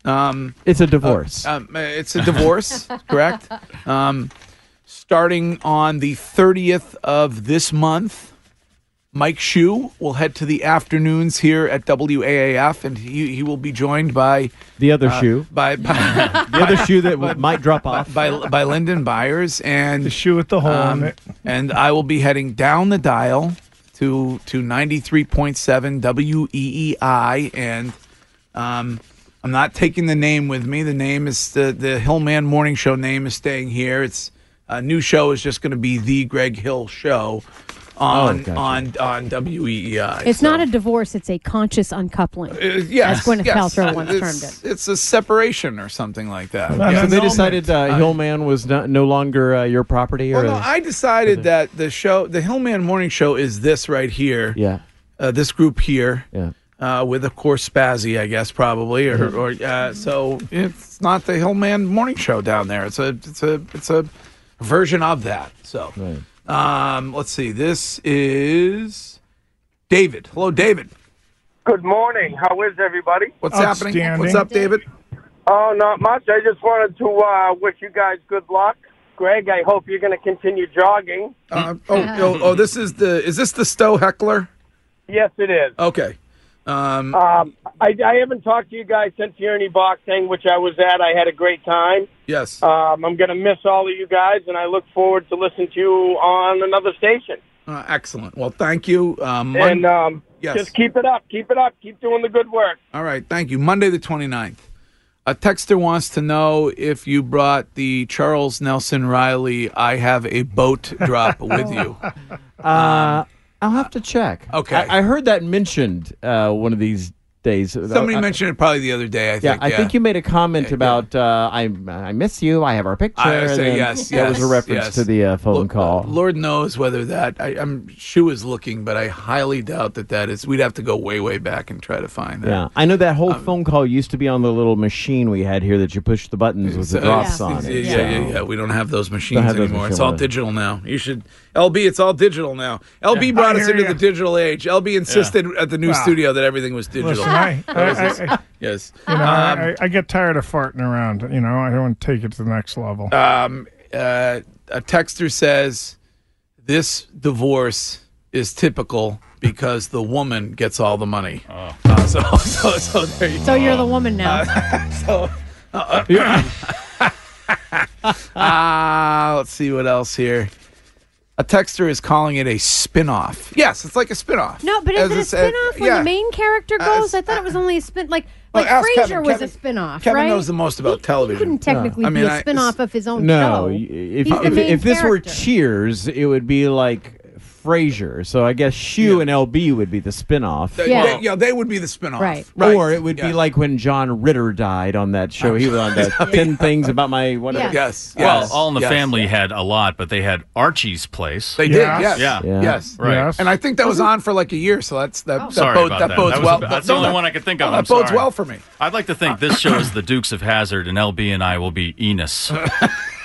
[SPEAKER 3] um,
[SPEAKER 11] it's a divorce.
[SPEAKER 3] um, uh, it's a divorce, correct? Um, starting on the 30th of this month, Mike Shue will head to the afternoons here at WAAF, and he, he will be joined by uh,
[SPEAKER 11] The other shoe.
[SPEAKER 3] by, by the
[SPEAKER 11] other shoe that might drop off
[SPEAKER 3] by by, by Lyndon Byers and the
[SPEAKER 5] shoe with the hole in it.
[SPEAKER 3] and I will be heading down the dial to to 93.7 WEEI E and um I'm not taking the name with me. The name is the the Hillman Morning Show name is staying here. It's a new show is just going to be the Greg Hill show on
[SPEAKER 11] Oh, gotcha.
[SPEAKER 3] on on E WEEI.
[SPEAKER 4] It's not a divorce. It's a conscious uncoupling.
[SPEAKER 3] Uh, yes,
[SPEAKER 4] as Gwyneth
[SPEAKER 3] yes.
[SPEAKER 4] Paltrow once
[SPEAKER 3] it's,
[SPEAKER 4] termed it.
[SPEAKER 3] It's a separation or something like that.
[SPEAKER 11] so
[SPEAKER 3] Yes.
[SPEAKER 11] they decided uh, Hillman was no, no longer uh, your property, or
[SPEAKER 3] Well, no, I decided that the show, the Hillman Morning Show, is this right here.
[SPEAKER 11] Yeah.
[SPEAKER 3] Uh, this group here.
[SPEAKER 11] Yeah.
[SPEAKER 3] Uh, with of course Spazzy, I guess probably, or, or
[SPEAKER 11] Mm-hmm.
[SPEAKER 3] uh, so it's not the Hillman Morning Show down there. It's a it's a it's a version of that. So Um, let's see. This is David. Hello, David.
[SPEAKER 18] Good morning. How is everybody?
[SPEAKER 3] What's happening? What's up, David?
[SPEAKER 18] Oh, not much. I just wanted to uh, wish you guys good luck. Greg, I hope you're going to continue jogging.
[SPEAKER 3] Uh, oh, oh, oh, this is the. Is this the Stowe heckler?
[SPEAKER 18] Yes, it is.
[SPEAKER 3] Okay. Um,
[SPEAKER 18] Um, I, I haven't talked to you guys since the Ernie Bach thing, which I was at. I had a great time.
[SPEAKER 3] yes.
[SPEAKER 11] uh,
[SPEAKER 18] Um, I'm going to miss all of you guys, and I look forward to listening to you on another station.
[SPEAKER 3] Uh, excellent. Well, thank you. Um,
[SPEAKER 18] and
[SPEAKER 11] uh,
[SPEAKER 18] um,
[SPEAKER 3] yes.
[SPEAKER 18] just keep it up. Keep it up. Keep doing the good work.
[SPEAKER 3] All right. Thank you. Monday, the 29th. A texter wants to know if you brought the Charles Nelson Riley I Have a Boat drop with you.
[SPEAKER 11] Uh, I'll have to check.
[SPEAKER 3] okay.
[SPEAKER 11] I, I heard that mentioned uh, one of these days.
[SPEAKER 3] Somebody
[SPEAKER 11] I-
[SPEAKER 3] mentioned it probably the other day, I
[SPEAKER 11] yeah,
[SPEAKER 3] think.
[SPEAKER 11] I think you made a comment about uh, I I miss you. I have our picture.
[SPEAKER 3] I would say
[SPEAKER 11] and
[SPEAKER 3] yes,
[SPEAKER 11] That was a
[SPEAKER 3] yes,
[SPEAKER 11] reference
[SPEAKER 3] yes.
[SPEAKER 11] to the uh, phone call.
[SPEAKER 3] Lord knows whether that I, I'm Shu is looking, but I highly doubt that that is. We'd have to go way, way back and try to find that.
[SPEAKER 11] yeah, I know that
[SPEAKER 3] Um,
[SPEAKER 11] whole phone call used to be on the little machine we had here that you push the buttons with the
[SPEAKER 3] So-
[SPEAKER 11] drops on
[SPEAKER 3] yeah,
[SPEAKER 11] it.
[SPEAKER 3] Yeah,
[SPEAKER 11] so-
[SPEAKER 3] yeah, yeah. We don't have those machines
[SPEAKER 11] have those
[SPEAKER 3] anymore.
[SPEAKER 11] machines.
[SPEAKER 3] It's all digital now. You should LB. It's all digital now. LB
[SPEAKER 5] Yeah.
[SPEAKER 3] brought
[SPEAKER 5] I
[SPEAKER 3] us
[SPEAKER 5] hear
[SPEAKER 3] into
[SPEAKER 5] ya.
[SPEAKER 3] the digital age. LB insisted at the new
[SPEAKER 5] Wow.
[SPEAKER 3] studio that everything was digital.
[SPEAKER 5] Listen, I- I-
[SPEAKER 3] That was his-
[SPEAKER 5] I- I-
[SPEAKER 3] yes.
[SPEAKER 5] You know,
[SPEAKER 3] Um,
[SPEAKER 5] I, I get tired of farting around. You know, I don't want to take it to the next level.
[SPEAKER 3] Um, uh, a texter says this divorce is typical because the woman gets all the money.
[SPEAKER 7] Oh.
[SPEAKER 3] Uh, so, so, so there you
[SPEAKER 4] So
[SPEAKER 3] go.
[SPEAKER 4] you're the woman
[SPEAKER 3] Uh,
[SPEAKER 4] now.
[SPEAKER 3] so, Ah, let's see what else here. A texter is calling it a spin-off. Yes, it's like a spin-off.
[SPEAKER 4] No, but
[SPEAKER 3] As
[SPEAKER 4] is it a
[SPEAKER 3] it's- uh,
[SPEAKER 4] spin off when
[SPEAKER 3] yeah.
[SPEAKER 4] the main character
[SPEAKER 3] Uh,
[SPEAKER 4] goes? I thought it was only a spin like
[SPEAKER 3] Well,
[SPEAKER 4] like
[SPEAKER 3] ask
[SPEAKER 4] Frasier
[SPEAKER 3] Kevin.
[SPEAKER 4] was a
[SPEAKER 3] Kevin-
[SPEAKER 4] spin off,
[SPEAKER 3] Kevin
[SPEAKER 4] right?
[SPEAKER 3] knows the most about television.
[SPEAKER 4] couldn't technically
[SPEAKER 11] I mean,
[SPEAKER 4] be a
[SPEAKER 11] I-
[SPEAKER 4] spin off of his own
[SPEAKER 11] No,
[SPEAKER 4] show.
[SPEAKER 11] y- if
[SPEAKER 4] Oh, He's the
[SPEAKER 11] if,
[SPEAKER 4] main
[SPEAKER 11] if this were
[SPEAKER 4] character.
[SPEAKER 11] Cheers, it would be like Frasier. So I guess Shu and LB would be the spinoff.
[SPEAKER 3] They, They, yeah, they would be the spin-off.
[SPEAKER 11] Right. Or it would be like when John Ritter died on that show. He was on the 10 things about my whatever.
[SPEAKER 3] Yes.
[SPEAKER 7] Well, All in the Family had a lot, but they had Archie's Place.
[SPEAKER 3] They did, yes.
[SPEAKER 7] Yeah.
[SPEAKER 3] Yes.
[SPEAKER 7] Right. Oh.
[SPEAKER 3] And I think that was on for like a year, so that's that, that,
[SPEAKER 7] Sorry
[SPEAKER 3] bodes-
[SPEAKER 7] about
[SPEAKER 3] that
[SPEAKER 7] that.
[SPEAKER 3] bodes
[SPEAKER 7] That was
[SPEAKER 3] well.
[SPEAKER 7] a- that's the
[SPEAKER 3] no,
[SPEAKER 7] only
[SPEAKER 3] that-
[SPEAKER 7] one I could think of.
[SPEAKER 3] no,
[SPEAKER 7] I'm
[SPEAKER 3] That bodes
[SPEAKER 7] sorry.
[SPEAKER 3] well for me.
[SPEAKER 7] I'd like to think this show is the Dukes of Hazard, and LB and I will be Enos.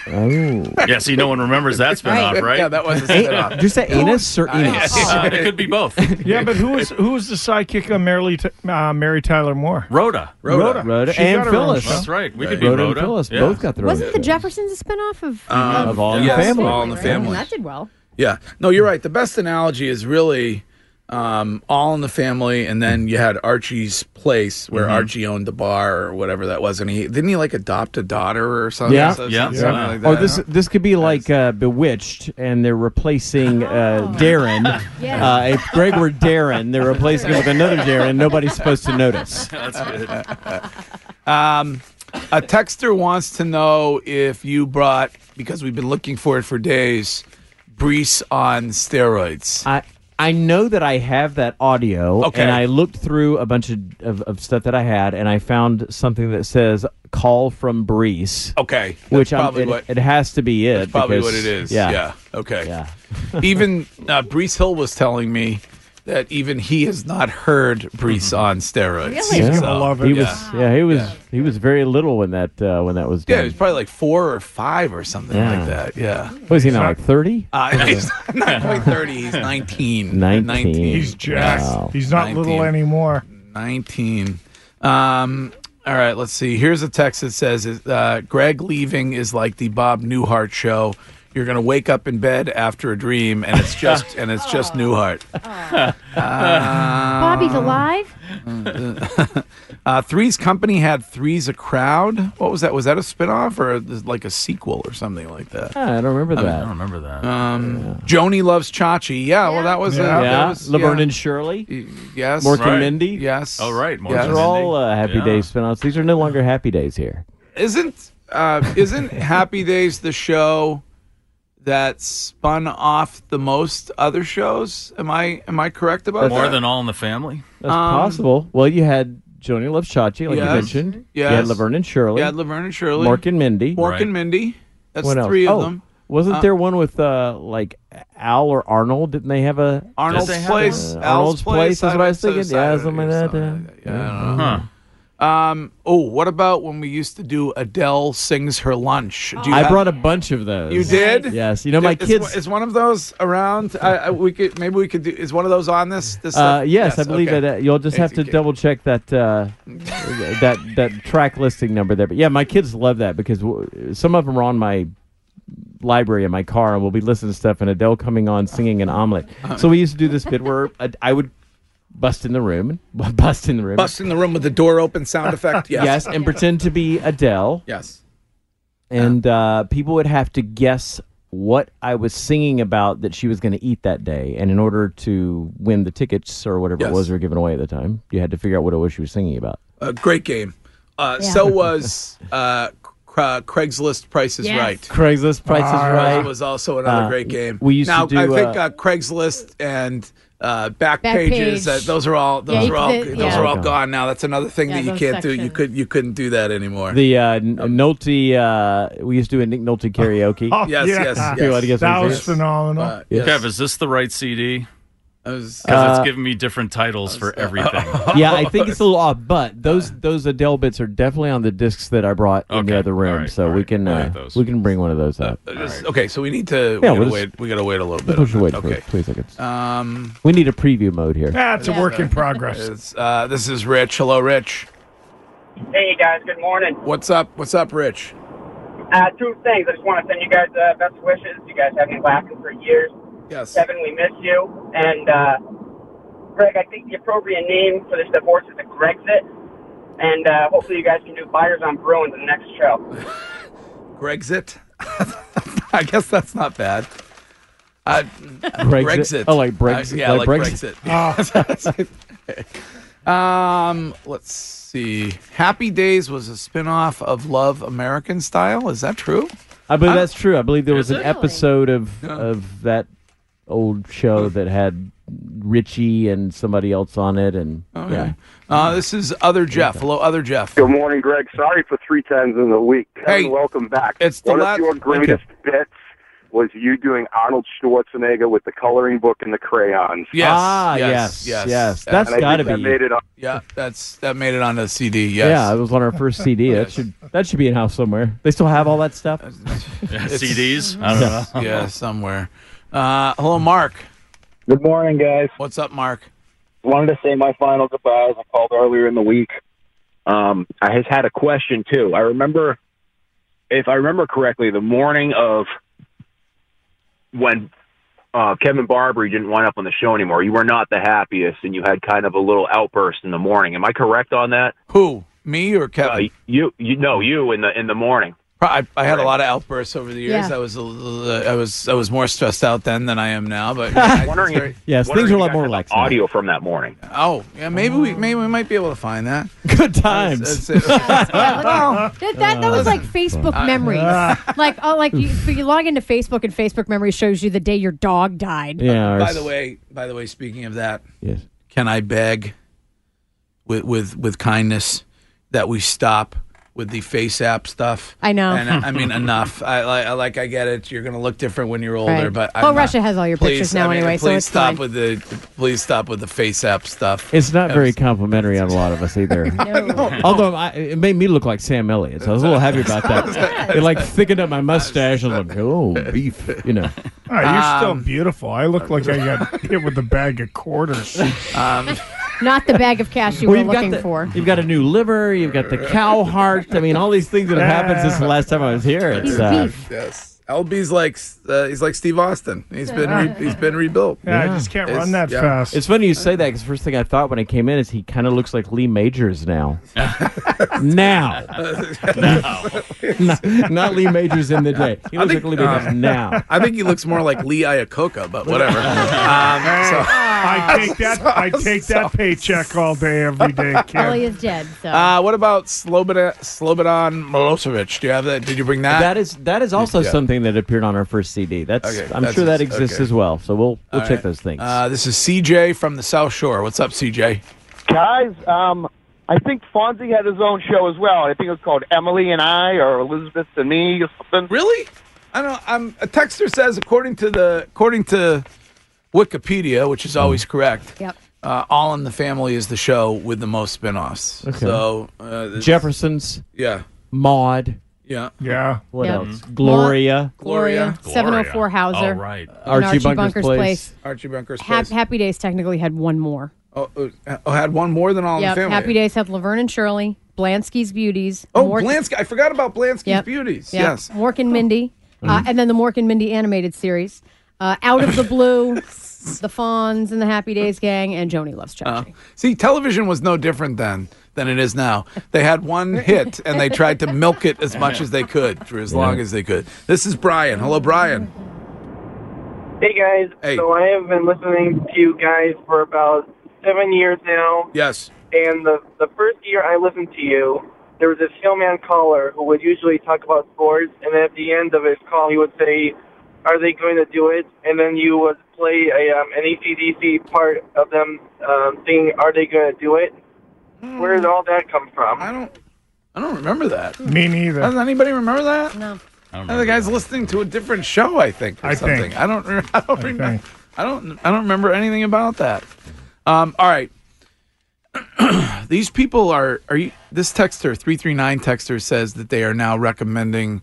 [SPEAKER 11] Oh.
[SPEAKER 7] yeah, see, no one remembers that spinoff, right?
[SPEAKER 3] Yeah, that was a spin-off.
[SPEAKER 11] Did you say anus or
[SPEAKER 7] Uh,
[SPEAKER 11] enos?
[SPEAKER 7] yeah, it could be both.
[SPEAKER 5] yeah, but who was who was the sidekick of Mary, T- uh, Mary Tyler Moore?
[SPEAKER 7] Rhoda.
[SPEAKER 5] Rhoda.
[SPEAKER 11] Rhoda
[SPEAKER 5] She's
[SPEAKER 11] and
[SPEAKER 5] got her own
[SPEAKER 11] Phyllis.
[SPEAKER 5] show.
[SPEAKER 7] That's right. We could be
[SPEAKER 11] Rhoda and
[SPEAKER 7] Rhoda.
[SPEAKER 11] Phyllis
[SPEAKER 7] Yeah.
[SPEAKER 11] both got their own
[SPEAKER 4] Wasn't the Jeffersons a spin off of,
[SPEAKER 3] Um,
[SPEAKER 11] Uh, Of All in the
[SPEAKER 3] yes,
[SPEAKER 11] Family.
[SPEAKER 3] All in the
[SPEAKER 11] Right.
[SPEAKER 4] I mean,
[SPEAKER 3] family.
[SPEAKER 4] that did well.
[SPEAKER 3] Yeah. No, you're right. The best analogy is really um, all in the family, and then you had Archie's place where Archie owned the bar or whatever that was, and he didn't he like adopt a daughter or something.
[SPEAKER 11] Yeah,
[SPEAKER 3] So- something like that.
[SPEAKER 11] Or this this could be like uh, Bewitched, and they're replacing uh,
[SPEAKER 4] Oh.
[SPEAKER 11] Darren.
[SPEAKER 3] Yeah.
[SPEAKER 11] uh, if Greg were Darren, they're replacing him with another Darren. Nobody's supposed to notice.
[SPEAKER 7] That's
[SPEAKER 3] good. um, a texter wants to know if you brought because we've been looking for it for days. Brees on steroids.
[SPEAKER 11] I I know that I have that audio,
[SPEAKER 3] Okay.
[SPEAKER 11] and I looked through a bunch of, of, of stuff that I had, and I found something that says "Call from Brees."
[SPEAKER 3] Okay, that's
[SPEAKER 11] which I'm,
[SPEAKER 3] probably
[SPEAKER 11] it,
[SPEAKER 3] what-
[SPEAKER 11] it has to be it.
[SPEAKER 3] That's probably
[SPEAKER 11] because-
[SPEAKER 3] what it is.
[SPEAKER 11] Yeah.
[SPEAKER 3] Yeah. Okay. even uh, Brees Hill was telling me that even he has not heard Brees on steroids. So,
[SPEAKER 11] He
[SPEAKER 3] yeah.
[SPEAKER 11] was, yeah, he was, he was very little when that uh, when that was
[SPEAKER 3] Yeah,
[SPEAKER 11] done.
[SPEAKER 3] it was probably like four or five or something like that. Yeah.
[SPEAKER 11] What is he now? Like thirty? Ah,
[SPEAKER 3] Uh, he's not quite 30. He's 19.
[SPEAKER 11] 19.
[SPEAKER 5] He's jacked.
[SPEAKER 3] Wow.
[SPEAKER 5] He's not little
[SPEAKER 3] 19.
[SPEAKER 5] anymore.
[SPEAKER 3] 19. Um, all right, let's see. Here's a text that says uh, Greg leaving is like the Bob Newhart show. You're gonna wake up in bed after a dream, and it's just and it's
[SPEAKER 5] Oh.
[SPEAKER 3] just Newhart.
[SPEAKER 11] Uh,
[SPEAKER 4] Bobby's alive?
[SPEAKER 3] uh, Three's Company had Three's a Crowd. What was that? Was that a spinoff or like a sequel or something like that?
[SPEAKER 11] I don't remember
[SPEAKER 3] mean,
[SPEAKER 11] that.
[SPEAKER 3] I don't
[SPEAKER 7] remember that.
[SPEAKER 3] Um, Joni loves Chachi. Yeah, well, Oh, that was
[SPEAKER 11] Yeah.
[SPEAKER 3] A,
[SPEAKER 11] Yeah.
[SPEAKER 3] that was,
[SPEAKER 11] Laverne and Shirley.
[SPEAKER 3] Yes,
[SPEAKER 11] Mork and Right. Mindy.
[SPEAKER 3] Yes.
[SPEAKER 7] Oh, right. Mork
[SPEAKER 3] Yes.
[SPEAKER 11] These are all uh, Happy
[SPEAKER 3] Yeah.
[SPEAKER 11] Days spinoffs. These are no longer Happy Days here.
[SPEAKER 3] Isn't uh, isn't Happy Days the show that spun off the most other shows? Am I am I correct about
[SPEAKER 7] More
[SPEAKER 3] that?
[SPEAKER 7] than All in the Family?
[SPEAKER 11] That's
[SPEAKER 3] Um,
[SPEAKER 11] possible. Well, you had Joni Loves Chachi, like
[SPEAKER 3] Yes.
[SPEAKER 11] you mentioned.
[SPEAKER 3] Yes.
[SPEAKER 11] You had Laverne and Shirley.
[SPEAKER 3] Yeah, Laverne and Shirley.
[SPEAKER 11] Mork and Mindy.
[SPEAKER 3] Mork and Mindy. That's
[SPEAKER 11] What else?
[SPEAKER 3] three of
[SPEAKER 11] Oh,
[SPEAKER 3] them.
[SPEAKER 11] Wasn't
[SPEAKER 3] Uh,
[SPEAKER 11] there one with uh, like Al or Arnold? Didn't they have a
[SPEAKER 3] Arnold's
[SPEAKER 11] Uh,
[SPEAKER 3] Place? Al's
[SPEAKER 11] Arnold's
[SPEAKER 3] Place?
[SPEAKER 11] place. That's what I was
[SPEAKER 3] I would
[SPEAKER 11] thinking.
[SPEAKER 3] say
[SPEAKER 11] Yeah,
[SPEAKER 3] so,
[SPEAKER 17] Uh-huh.
[SPEAKER 11] something like that. Yeah.
[SPEAKER 3] I don't know. Um, oh, what about when we used to do Adele sings her lunch? Do
[SPEAKER 11] Oh. I
[SPEAKER 3] have-
[SPEAKER 11] brought a bunch of those.
[SPEAKER 3] You did?
[SPEAKER 11] Yes. You know, my
[SPEAKER 3] Is-
[SPEAKER 11] kids.
[SPEAKER 3] is, one of those around. I, I, we could maybe we could do. Is one of those on this? this
[SPEAKER 11] Uh,
[SPEAKER 3] stuff?
[SPEAKER 11] yes, I believe
[SPEAKER 3] okay.
[SPEAKER 11] it. Uh, you'll just have to double check that uh, that that track listing number there. But yeah, my kids love that because w- some of them are on my library in my car, and we'll be listening to stuff, and Adele coming on singing an omelet.
[SPEAKER 3] Uh-huh.
[SPEAKER 11] So we used to do this bit where I, I would bust in the room, bust in the room,
[SPEAKER 3] Bust in the room with the door open sound effect. Yes.
[SPEAKER 11] yes, and pretend to be Adele.
[SPEAKER 3] Yes.
[SPEAKER 11] and uh, people would have to guess what I was singing about that she was going to eat that day. And in order to win the tickets or whatever
[SPEAKER 3] Yes.
[SPEAKER 11] it was we were giving away at the time, you had to figure out what it was she was singing about.
[SPEAKER 3] A great game. Uh, So was uh, Cra- Craigslist Price is
[SPEAKER 11] Yes.
[SPEAKER 3] Right.
[SPEAKER 11] Craigslist Price is Right.
[SPEAKER 3] was also another
[SPEAKER 11] Uh,
[SPEAKER 3] great game.
[SPEAKER 11] we used to
[SPEAKER 3] now,
[SPEAKER 11] do,
[SPEAKER 3] I think
[SPEAKER 11] uh,
[SPEAKER 3] uh, Craigslist and uh, Backpages.
[SPEAKER 11] Backpage.
[SPEAKER 3] Uh, those are all
[SPEAKER 11] Yeah,
[SPEAKER 3] those
[SPEAKER 11] you
[SPEAKER 3] are all
[SPEAKER 11] could-
[SPEAKER 3] those
[SPEAKER 11] yeah.
[SPEAKER 3] are all gone now. That's another thing
[SPEAKER 11] Yeah,
[SPEAKER 3] that you
[SPEAKER 11] those
[SPEAKER 3] can't do. You
[SPEAKER 11] sections.
[SPEAKER 3] could you couldn't do that anymore.
[SPEAKER 11] The uh, N- Nolte, uh, we used to do a Nick Nolte karaoke.
[SPEAKER 3] Oh, Yes, yeah. yes,
[SPEAKER 11] If you wanna guess what
[SPEAKER 5] That
[SPEAKER 11] I'm
[SPEAKER 5] was
[SPEAKER 11] saying.
[SPEAKER 5] phenomenal.
[SPEAKER 11] Yes.
[SPEAKER 7] Kev, is this the right CD?
[SPEAKER 3] Because
[SPEAKER 11] Uh,
[SPEAKER 7] it's giving me different titles for everything.
[SPEAKER 11] yeah, I think it's a little off, but those those Adele bits are definitely on the discs that I brought in the other room, so we can
[SPEAKER 3] We'll
[SPEAKER 11] uh,
[SPEAKER 3] get those.
[SPEAKER 11] we can bring one of those up.
[SPEAKER 3] Uh, just- Okay, so we need to.
[SPEAKER 11] Yeah,
[SPEAKER 3] we gotta
[SPEAKER 11] we'll just-
[SPEAKER 3] wait. We gotta wait a little bit.
[SPEAKER 11] Push
[SPEAKER 3] on
[SPEAKER 11] away
[SPEAKER 3] that.
[SPEAKER 11] for
[SPEAKER 3] Okay.
[SPEAKER 11] three seconds.
[SPEAKER 3] Um,
[SPEAKER 11] We need a preview mode here.
[SPEAKER 5] That's a work in progress.
[SPEAKER 3] It's, uh, this is Rich. Hello, Rich.
[SPEAKER 19] Hey guys, good morning.
[SPEAKER 3] What's up? What's up, Rich?
[SPEAKER 19] Uh, two things. I just want to send you guys uh, best wishes. You guys have me laughing for years.
[SPEAKER 3] Yes.
[SPEAKER 19] Kevin, we miss you. And uh, Greg, I think the appropriate name for this divorce is a Grexit. And uh, hopefully you guys can do buyers on Bruins in the next show.
[SPEAKER 3] Grexit. I guess that's not bad. Uh, Brexit.
[SPEAKER 11] Oh, like
[SPEAKER 3] Uh,
[SPEAKER 11] Brexit. Oh.
[SPEAKER 3] yeah, like, Brexit. um, let's see. Happy Days was a spin-off of Love American Style. Is that true?
[SPEAKER 11] I believe
[SPEAKER 3] I'm-
[SPEAKER 11] that's true. I believe there was an
[SPEAKER 3] Is it?
[SPEAKER 11] episode of
[SPEAKER 3] Yeah.
[SPEAKER 11] of that old show that had Richie and somebody else on it, and yeah.
[SPEAKER 3] Okay. Uh, this is Other Jeff. Hello, Other Jeff.
[SPEAKER 20] Good morning, Greg. Sorry for three times in the week.
[SPEAKER 3] Hey,
[SPEAKER 20] and welcome back.
[SPEAKER 3] it's the
[SPEAKER 20] One
[SPEAKER 3] last-
[SPEAKER 20] of your greatest bits was you doing Arnold Schwarzenegger with the coloring book and the crayons.
[SPEAKER 3] Yes.
[SPEAKER 11] Ah,
[SPEAKER 3] yes.
[SPEAKER 11] yes, yes.
[SPEAKER 3] Uh,
[SPEAKER 11] That's
[SPEAKER 3] and I
[SPEAKER 11] gotta
[SPEAKER 3] think that
[SPEAKER 11] be-
[SPEAKER 3] made it on- Yeah, that's that made it on the CD. Yes.
[SPEAKER 11] Yeah, it was on our first CD. That should that should be in house somewhere. They still have all that stuff.
[SPEAKER 3] It's-
[SPEAKER 7] CDs? I don't know.
[SPEAKER 3] Yeah, somewhere. Uh, hello, Mark.
[SPEAKER 21] Good morning, guys.
[SPEAKER 3] What's up, Mark?
[SPEAKER 21] Wanted to say my final goodbyes. I called earlier in the week. Um, I has had a question too. I remember, if I remember correctly, the morning of when uh, Kevin Barbary didn't wind up on the show anymore. You were not the happiest, and you had kind of a little outburst in the morning. Am I correct on that?
[SPEAKER 3] Who, me or Kevin?
[SPEAKER 21] you, you no, you in the in the morning.
[SPEAKER 3] I, I had a lot of outbursts over the years.
[SPEAKER 21] Yeah.
[SPEAKER 3] I was a little- uh, I was I was more stressed out then than I am now. But yeah,
[SPEAKER 21] wondering
[SPEAKER 3] it's
[SPEAKER 21] if-
[SPEAKER 3] very-
[SPEAKER 11] Yes,
[SPEAKER 21] wondering
[SPEAKER 11] things are a
[SPEAKER 21] if
[SPEAKER 11] lot
[SPEAKER 21] you
[SPEAKER 11] more
[SPEAKER 21] guys have
[SPEAKER 11] relaxed. now.
[SPEAKER 21] Audio from that morning.
[SPEAKER 3] oh yeah, maybe we maybe we might be able to find that.
[SPEAKER 11] Good times. Oh.
[SPEAKER 4] That, that, that was like Facebook
[SPEAKER 11] Uh,
[SPEAKER 3] I-
[SPEAKER 4] memories. like, oh, like you, but you log into Facebook and Facebook memories shows you the day your dog died.
[SPEAKER 3] By the way, by the way, speaking of that,
[SPEAKER 11] yes.
[SPEAKER 3] Can I beg with with with kindness that we stop with the face app stuff?
[SPEAKER 4] I know.
[SPEAKER 3] And I, I mean, enough. I, I I- like. I get it. You're gonna look different when you're older,
[SPEAKER 4] Right.
[SPEAKER 3] but
[SPEAKER 4] Well,
[SPEAKER 3] I'm not-
[SPEAKER 4] Russia has all your
[SPEAKER 3] please,
[SPEAKER 4] pictures now
[SPEAKER 3] I mean,
[SPEAKER 4] anyway, so
[SPEAKER 3] Please
[SPEAKER 4] it's
[SPEAKER 3] stop
[SPEAKER 4] fine.
[SPEAKER 3] with the. Please stop with the face app stuff.
[SPEAKER 11] It's not very complimentary on a lot of us either. Although I, it made me look like Sam Elliott, so I was a little happy about that. It like thickened up my mustache and like, oh, beef, you know.
[SPEAKER 5] Ah, you're
[SPEAKER 11] Um,
[SPEAKER 5] still beautiful. I look like I got hit with a bag of quarters.
[SPEAKER 3] Um,
[SPEAKER 4] Not the bag of cash you
[SPEAKER 11] Well,
[SPEAKER 4] were
[SPEAKER 11] you've got
[SPEAKER 4] looking
[SPEAKER 11] the-
[SPEAKER 4] for.
[SPEAKER 11] You've got a new liver. You've got the cow heart. I mean, all these things that have happened since the last time I was here. It's, uh,
[SPEAKER 3] Yes. LB's like uh, he's like Steve Austin. He's been re- he's been rebuilt. It's- yeah.
[SPEAKER 11] It's funny you say that because first thing I thought when I came in is he kind of looks like Lee Majors now. now, not, not Lee Majors in the day. He looks like Lee Majors
[SPEAKER 3] um,
[SPEAKER 11] now.
[SPEAKER 3] I think he looks more like Lee Iacocca, but whatever.
[SPEAKER 5] Hey,
[SPEAKER 3] um, so-
[SPEAKER 5] I take that. I take that paycheck all day, every day,
[SPEAKER 4] Ellie
[SPEAKER 5] kid.
[SPEAKER 4] is dead. So.
[SPEAKER 3] Uh, what about Slobodan, Slobodan Milosevic? Do you have that? Did you bring that?
[SPEAKER 11] that is that is also
[SPEAKER 3] Yeah.
[SPEAKER 11] something that appeared on our first CD. That's
[SPEAKER 3] Okay,
[SPEAKER 11] I'm
[SPEAKER 3] that's-
[SPEAKER 11] sure that exists
[SPEAKER 3] okay.
[SPEAKER 11] as well. So we'll we'll
[SPEAKER 3] All
[SPEAKER 11] check
[SPEAKER 3] right.
[SPEAKER 11] those things.
[SPEAKER 3] Uh, this is CJ from the South Shore. What's up, CJ?
[SPEAKER 22] Guys, um, I think Fonzie had his own show as well. I think it was called Emily and I or Elizabeth and Me or something.
[SPEAKER 3] Really? I don't. I'm a texter says according to the according to Wikipedia, which is always correct.
[SPEAKER 4] Yep.
[SPEAKER 3] Uh, All in the Family is the show with the most spinoffs.
[SPEAKER 11] Okay.
[SPEAKER 3] So uh, it's-
[SPEAKER 11] Jeffersons.
[SPEAKER 3] Yeah.
[SPEAKER 11] Maud.
[SPEAKER 3] Yeah.
[SPEAKER 5] Yeah.
[SPEAKER 11] What
[SPEAKER 3] Yeah.
[SPEAKER 11] else?
[SPEAKER 3] Mhm.
[SPEAKER 11] Gloria.
[SPEAKER 4] Gloria. 704 Hauser.
[SPEAKER 11] Oh, right.
[SPEAKER 4] and
[SPEAKER 11] Archie Bunker's Place.
[SPEAKER 3] Archie Bunker's
[SPEAKER 4] Ha-
[SPEAKER 3] Place.
[SPEAKER 4] Happy Days technically had one more.
[SPEAKER 3] Oh, uh, oh, had one more than All
[SPEAKER 4] Yeah,
[SPEAKER 3] in the Family.
[SPEAKER 4] Happy Days had Laverne and Shirley, Blansky's Beauties.
[SPEAKER 3] Oh,
[SPEAKER 4] Mork-
[SPEAKER 3] Blansky. I forgot about Blansky's
[SPEAKER 4] Yep.
[SPEAKER 3] Beauties.
[SPEAKER 4] Yep.
[SPEAKER 3] Yes. Mm-hmm.
[SPEAKER 4] Mork and Mindy, uh, and then the Mork and Mindy animated series, uh, Out of the Blue, The Fawns and the Happy Days Gang, and Joni Loves Chuck.
[SPEAKER 3] Uh, see, television was no different then than it is now. They had one hit and they tried to milk it as much as they could for as
[SPEAKER 2] Yeah.
[SPEAKER 3] long as they could. This is Brian. Hello, Brian.
[SPEAKER 18] Hey guys. So I have been listening to you guys for about seven years now,
[SPEAKER 3] Yes.
[SPEAKER 18] and the the first year I listened to you, there was this mailman caller who would usually talk about sports, and then at the end of his call, he would say, "Are they going to do it?" And then you would play a um, an ACDC part of them um, singing, "Are they going to do it?" Where did all that come from? I
[SPEAKER 3] don't. I don't remember that.
[SPEAKER 5] Me neither.
[SPEAKER 3] Does anybody remember that?
[SPEAKER 4] No.
[SPEAKER 3] And the guy's listening to a different show, I think, or
[SPEAKER 5] I
[SPEAKER 3] something.
[SPEAKER 5] think.
[SPEAKER 3] I don't. re- I don't remember. I don't. I don't remember anything about that. Um, all right. These people are. Are you? This texter three three nine texter says that they are now recommending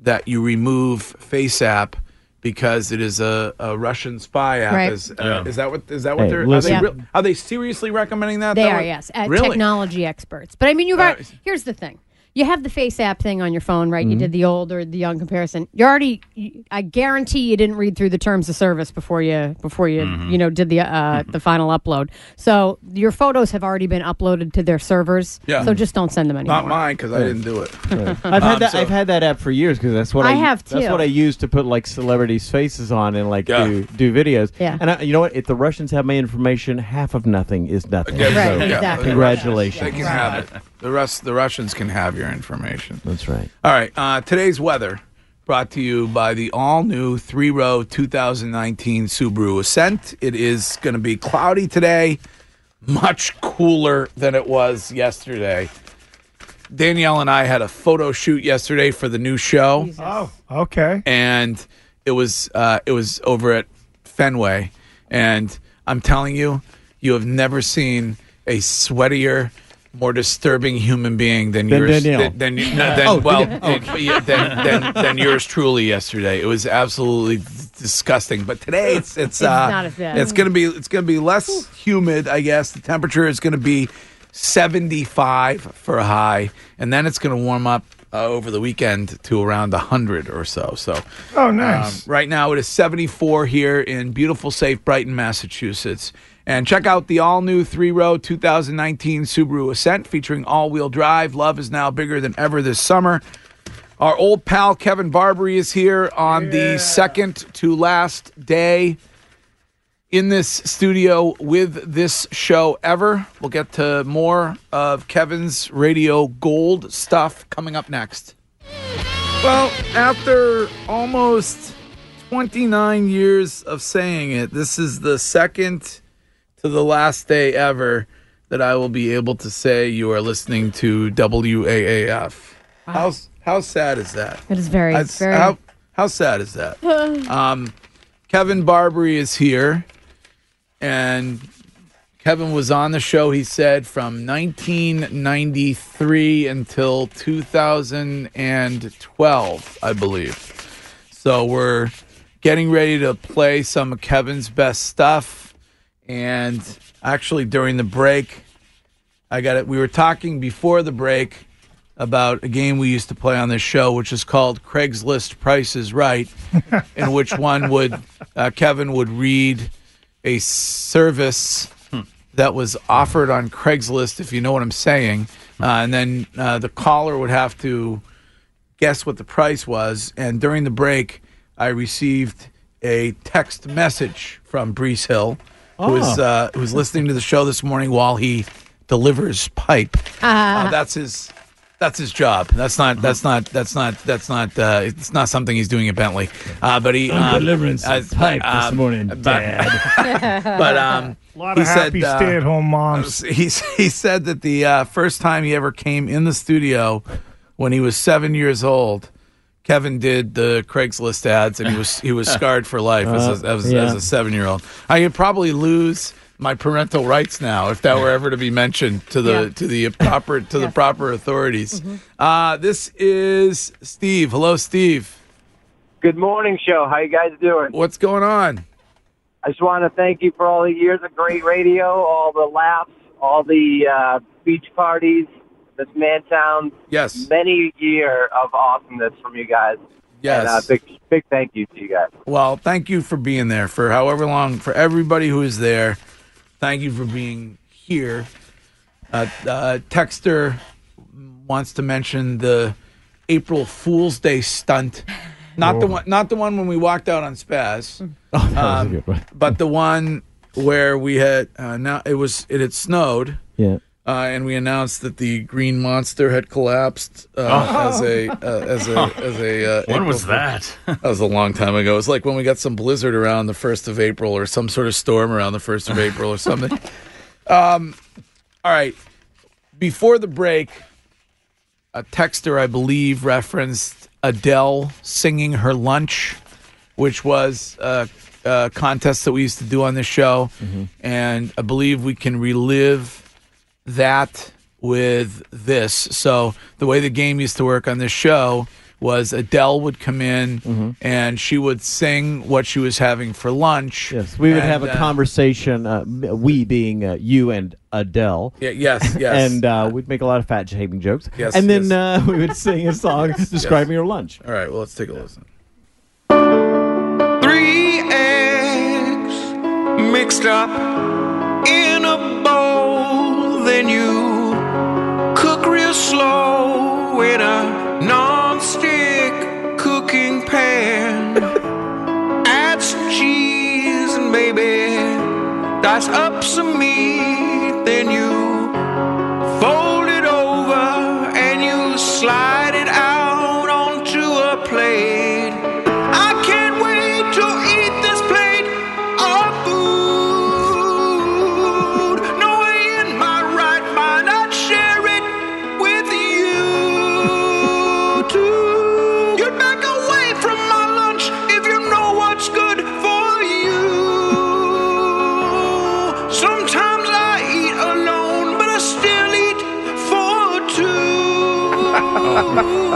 [SPEAKER 3] that you remove FaceApp because it is a, a Russian spy app.
[SPEAKER 4] Right.
[SPEAKER 3] Is, uh, is that what? Is that what
[SPEAKER 11] Hey,
[SPEAKER 3] they're? Are
[SPEAKER 11] listen.
[SPEAKER 3] they,
[SPEAKER 11] Yeah.
[SPEAKER 3] real- are they seriously recommending that?
[SPEAKER 4] They
[SPEAKER 3] though?
[SPEAKER 4] are, yes, uh,
[SPEAKER 3] really?
[SPEAKER 4] technology experts. But I mean, you got here's the thing: you have the face app thing on your phone, right? You
[SPEAKER 3] Mhm.
[SPEAKER 4] did the old or the young comparison. You're already, you- I guarantee, you didn't read through the terms of service before you before you
[SPEAKER 3] Mm-hmm.
[SPEAKER 4] you know did the uh, the final upload. So your photos have already been uploaded to their servers.
[SPEAKER 11] Yeah.
[SPEAKER 4] So just don't send them anymore.
[SPEAKER 3] Not mine because I
[SPEAKER 11] Yeah.
[SPEAKER 3] didn't do it.
[SPEAKER 11] I've
[SPEAKER 3] Um,
[SPEAKER 11] had that.
[SPEAKER 3] so-
[SPEAKER 11] I've had that app for years because that's what
[SPEAKER 4] Uh-huh. I
[SPEAKER 11] I,
[SPEAKER 4] have,
[SPEAKER 11] That's
[SPEAKER 4] too.
[SPEAKER 11] what I use to put like celebrities' faces on and like do do videos.
[SPEAKER 4] Yeah.
[SPEAKER 11] And I, you know what? If the Russians have my information, half of nothing is nothing.
[SPEAKER 3] Yeah,
[SPEAKER 11] So,
[SPEAKER 3] yeah, yeah.
[SPEAKER 11] Congratulations.
[SPEAKER 3] They can have it. The rest, the Russians can have your information.
[SPEAKER 11] That's right.
[SPEAKER 3] All right. Uh, today's weather brought to you by the all-new three-row 2019 Subaru Ascent. It is going to be cloudy today. Much cooler than it was yesterday. Danielle and I had a photo shoot yesterday for the new show
[SPEAKER 5] Oh, okay.
[SPEAKER 3] and it was uh, it was over at Fenway, and I'm telling you, you have never seen a sweatier, more disturbing human being than,
[SPEAKER 11] Than
[SPEAKER 3] yours.
[SPEAKER 11] Danielle.
[SPEAKER 3] Than, than, you- no, than-
[SPEAKER 11] Oh,
[SPEAKER 3] well,
[SPEAKER 11] Danielle.
[SPEAKER 3] than- yeah, than, than, than yours truly yesterday. It was absolutely d- disgusting. But today, it's it's,
[SPEAKER 2] It's
[SPEAKER 3] uh,
[SPEAKER 2] not as bad.
[SPEAKER 3] it's gonna be it's gonna be less humid, I guess. The temperature is gonna be 75 for a high, and then it's gonna warm up. Uh, over the weekend to around 100 or so. So
[SPEAKER 5] Oh, nice.
[SPEAKER 3] um, right now it is 74 here in beautiful, safe Brighton, Massachusetts. And check out the all new three row 2019 Subaru Ascent featuring all wheel drive. Love is now bigger than ever this summer. Our old pal Kevin Barbary is here on the second to last day in this studio with this show ever. We'll get to more of Kevin's radio gold stuff coming up next. Well, after almost 29 years of saying it, this is the second to the last day ever that I will be able to say you are listening to WAAF. How, how sad is that?
[SPEAKER 4] It is very,
[SPEAKER 3] That's-
[SPEAKER 4] very-
[SPEAKER 3] How, how sad is that? um, Kevin Barbary is here, and Kevin was on the show. He said from 1993 until 2012, I believe. So we're getting ready to play some of Kevin's best stuff. And actually, during the break, I got it. We were talking before the break about a game we used to play on this show, which is called Craigslist Price is Right, in which one would uh, Kevin would read a service that was offered on Craigslist, if you know what I'm saying, uh, and then uh, the caller would have to guess what the price was. And during the break, I received a text message from Brees Hill, who is
[SPEAKER 2] Oh.
[SPEAKER 3] uh, who's listening to the show this morning while he delivers pipe. Uh, that's his. That's his job. That's not. That's not. That's not. That's not. Uh, it's not something he's doing at Bentley. Uh, but he
[SPEAKER 11] I'm
[SPEAKER 3] um,
[SPEAKER 11] delivering some pipe this morning,
[SPEAKER 3] but-
[SPEAKER 5] but a
[SPEAKER 3] um,
[SPEAKER 5] lot
[SPEAKER 3] he
[SPEAKER 5] of happy
[SPEAKER 3] said, uh,
[SPEAKER 5] stay-at-home moms.
[SPEAKER 3] he he said that the uh, first time he ever came in the studio when he was seven years old, Kevin did the Craigslist ads, and he was he was scarred for life as a,
[SPEAKER 11] Uh,
[SPEAKER 3] as,
[SPEAKER 11] yeah.
[SPEAKER 3] as a seven year old. I could probably lose my parental rights now if that were ever to be mentioned to the
[SPEAKER 2] Yeah.
[SPEAKER 3] to the proper to the proper authorities. Uh, this is Steve. Hello, Steve.
[SPEAKER 6] Good morning, show. How you guys doing?
[SPEAKER 3] What's going on?
[SPEAKER 6] I just want to thank you for all the years of great radio, all the laughs, all the uh, beach parties, this Mantown.
[SPEAKER 3] Yes.
[SPEAKER 6] Many year of awesomeness from you guys.
[SPEAKER 3] Yes.
[SPEAKER 6] And, uh, big, big thank you to you guys.
[SPEAKER 3] Well, thank you for being there for however long for everybody who is there. Thank you for being here. Uh, uh, Texter wants to mention the April Fool's Day stunt, not the
[SPEAKER 7] Oh.
[SPEAKER 2] Whoa.
[SPEAKER 3] one, not the one when we walked out on Spaz,
[SPEAKER 2] was a
[SPEAKER 3] um,
[SPEAKER 2] good one.
[SPEAKER 3] but the one where we had uh, now it was it had snowed.
[SPEAKER 11] Yeah.
[SPEAKER 3] Uh, and we announced that the green monster had collapsed uh,
[SPEAKER 2] Oh.
[SPEAKER 3] as a uh, as a as a uh,
[SPEAKER 7] When was
[SPEAKER 3] April Fool-
[SPEAKER 7] that?
[SPEAKER 3] that was a long time ago. It was like when we got some blizzard around the 1st of April or some sort of storm around the 1st of April or something. Um, all right. Before the break, a texter, I believe, referenced Adele singing her lunch, which was a, a contest that we used to do on this show.
[SPEAKER 11] Mm-hmm.
[SPEAKER 3] And I believe we can relive that with this. So the way the game used to work on this show was Adele would come in
[SPEAKER 11] Mm-hmm.
[SPEAKER 3] and she would sing what she was having for lunch. Yes,
[SPEAKER 11] We would have a conversation. Uh, m- we being uh, you and Adele.
[SPEAKER 3] Yeah, yes, yes.
[SPEAKER 11] and uh, we'd make a lot of fat shaming jokes.
[SPEAKER 3] Yes,
[SPEAKER 11] And then uh, we would sing a song describing your lunch.
[SPEAKER 3] All right. Well, let's take a listen.
[SPEAKER 2] Three eggs mixed up in a bowl. Then you cook real slow in a non-stick cooking pan. Add some cheese and maybe dice up some meat. Then you fold it over and you slide it out onto a plate. I can't wait to eat this plate of food. No way in my right mind I'd share it with you too. You'd back away from my lunch if you know what's good for you. Sometimes I eat alone, but I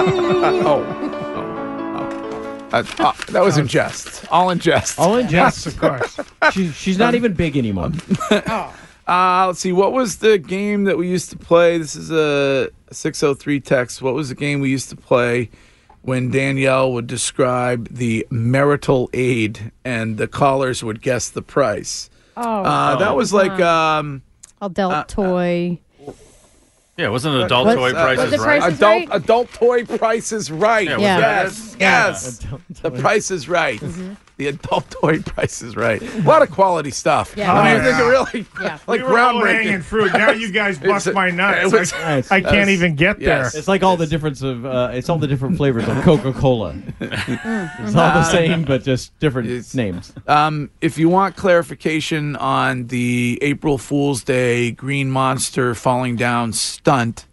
[SPEAKER 2] still eat for two.
[SPEAKER 3] oh. Uh, uh, that was in jest. All in jest. All
[SPEAKER 11] in
[SPEAKER 5] Yes, of course.
[SPEAKER 11] she, she's not even big anymore.
[SPEAKER 3] Uh, let's see. What was the game that we used to play? This is a 603 text. What was the game we used to play when Danielle would describe the marital aid and the callers would guess the price?
[SPEAKER 4] Oh.
[SPEAKER 3] Uh, that was like. Um,
[SPEAKER 4] adult toy.
[SPEAKER 7] Yeah, wasn't it adult toy prices right?
[SPEAKER 3] Adult, adult toy Price is Right.
[SPEAKER 7] Yeah, was Yeah. that
[SPEAKER 3] Yes, yes. The Price is Right. The adult toy Price is Right. A lot of quality stuff.
[SPEAKER 5] Yeah.
[SPEAKER 3] I
[SPEAKER 5] Oh,
[SPEAKER 3] mean, I think it
[SPEAKER 5] yeah.
[SPEAKER 3] really like
[SPEAKER 5] we were all hanging
[SPEAKER 3] groundbreaking.
[SPEAKER 5] fruit. Now you guys
[SPEAKER 3] It's
[SPEAKER 5] bust
[SPEAKER 3] a-
[SPEAKER 5] my nuts.
[SPEAKER 3] it was-
[SPEAKER 5] I, I
[SPEAKER 11] That
[SPEAKER 5] can't
[SPEAKER 11] was-
[SPEAKER 5] even get there.
[SPEAKER 11] It's like all the difference of uh, it's all the different flavors of Coca Cola. it's all the same, but just different names.
[SPEAKER 2] Uh,
[SPEAKER 3] Um, if you want clarification on the April Fool's Day green monster falling down stunt,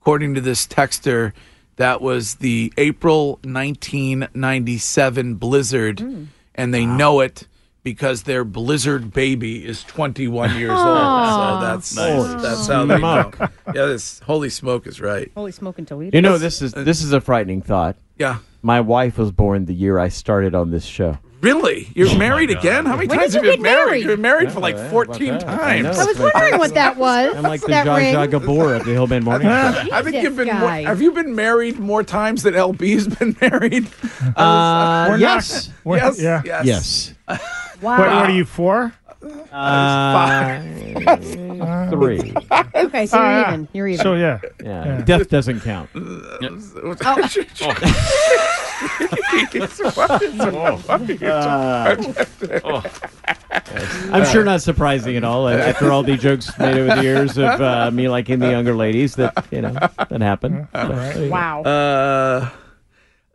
[SPEAKER 3] according to this texter, that was the April 1997 blizzard,
[SPEAKER 4] Hmm.
[SPEAKER 3] and they know it because their blizzard baby is 21 years
[SPEAKER 4] Aw.
[SPEAKER 3] old. So that's
[SPEAKER 11] Nice.
[SPEAKER 3] that's how they know.
[SPEAKER 11] Smoke.
[SPEAKER 3] Yeah, this holy smoke is right.
[SPEAKER 4] Holy smoking Toledo.
[SPEAKER 11] You know, this is
[SPEAKER 2] uh,
[SPEAKER 11] this is a frightening thought.
[SPEAKER 3] Yeah.
[SPEAKER 11] My wife was born the year I started on this show.
[SPEAKER 3] Really? You're married again? How many
[SPEAKER 4] Oh When
[SPEAKER 3] times
[SPEAKER 4] did
[SPEAKER 3] have
[SPEAKER 4] you
[SPEAKER 3] you been
[SPEAKER 4] get
[SPEAKER 3] married?
[SPEAKER 4] married?
[SPEAKER 3] You've been married for like
[SPEAKER 11] yeah,
[SPEAKER 3] 14
[SPEAKER 11] about that. I know,
[SPEAKER 3] times.
[SPEAKER 11] I was it's
[SPEAKER 4] wondering what that was.
[SPEAKER 11] I'm like the
[SPEAKER 4] that
[SPEAKER 11] Zsa
[SPEAKER 4] ring.
[SPEAKER 11] Zsa Gabor of the Hillman Morning Show.
[SPEAKER 3] I think
[SPEAKER 4] Jesus,
[SPEAKER 3] you've been. More,
[SPEAKER 4] guys.
[SPEAKER 3] have you been married more times than LB's been married?
[SPEAKER 11] Uh,
[SPEAKER 3] We're not-
[SPEAKER 11] yes.
[SPEAKER 5] We're-
[SPEAKER 3] yes.
[SPEAKER 5] yeah.
[SPEAKER 3] Yes.
[SPEAKER 11] Yes.
[SPEAKER 5] What, what are you for?
[SPEAKER 11] Uh, three.
[SPEAKER 4] Okay, so
[SPEAKER 5] Ah,
[SPEAKER 4] you're
[SPEAKER 3] Uh,
[SPEAKER 5] yeah.
[SPEAKER 4] even. You're even.
[SPEAKER 5] So yeah.
[SPEAKER 11] Yeah. Death doesn't count.
[SPEAKER 3] Uh,
[SPEAKER 7] Oh,
[SPEAKER 11] I'm sure not surprising at all. uh, After all the jokes made over the years of uh, me liking the younger ladies, that you know that happened. So,
[SPEAKER 4] Wow.
[SPEAKER 3] Uh,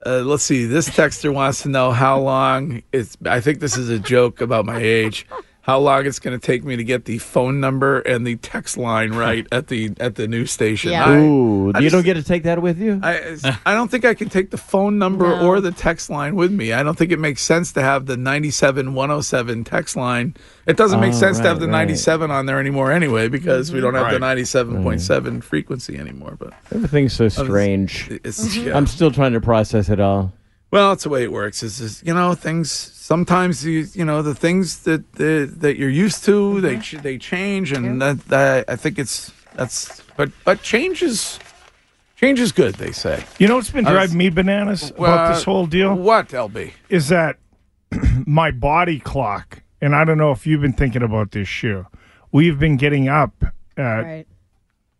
[SPEAKER 3] uh, let's see. This texter wants to know how long it's. I think this is a joke about my age. how long it's going to take me to get the phone number and the text line right at the at the new station. I-
[SPEAKER 11] Ooh,
[SPEAKER 3] I
[SPEAKER 11] you
[SPEAKER 3] just-
[SPEAKER 11] don't get to take that with you.
[SPEAKER 3] I, I don't think I can take the phone number or the text line with me. I don't think it makes sense to have the 97 107 text line. It doesn't make
[SPEAKER 11] Oh,
[SPEAKER 3] sense to have
[SPEAKER 11] right,
[SPEAKER 3] the
[SPEAKER 11] right.
[SPEAKER 3] 97 on there anymore anyway because we don't have the
[SPEAKER 11] Right. Mm-hmm.
[SPEAKER 3] 97.7 frequency anymore. But
[SPEAKER 11] Everything's so
[SPEAKER 3] it's-
[SPEAKER 11] strange.
[SPEAKER 3] it's- Mhm. yeah.
[SPEAKER 11] I'm still trying to process it all.
[SPEAKER 3] Well, that's the way it works. Is just, you know things sometimes you you know the things that that, that you're used to they ch- they change and that, that I think it's that's but but change is change is good they say.
[SPEAKER 5] You know what's been
[SPEAKER 3] I was-
[SPEAKER 5] driving me bananas about
[SPEAKER 3] Well,
[SPEAKER 5] this whole deal?
[SPEAKER 3] What LB?
[SPEAKER 5] Is that my body clock, and I don't know if you've been thinking about this, Shu. We've been getting up at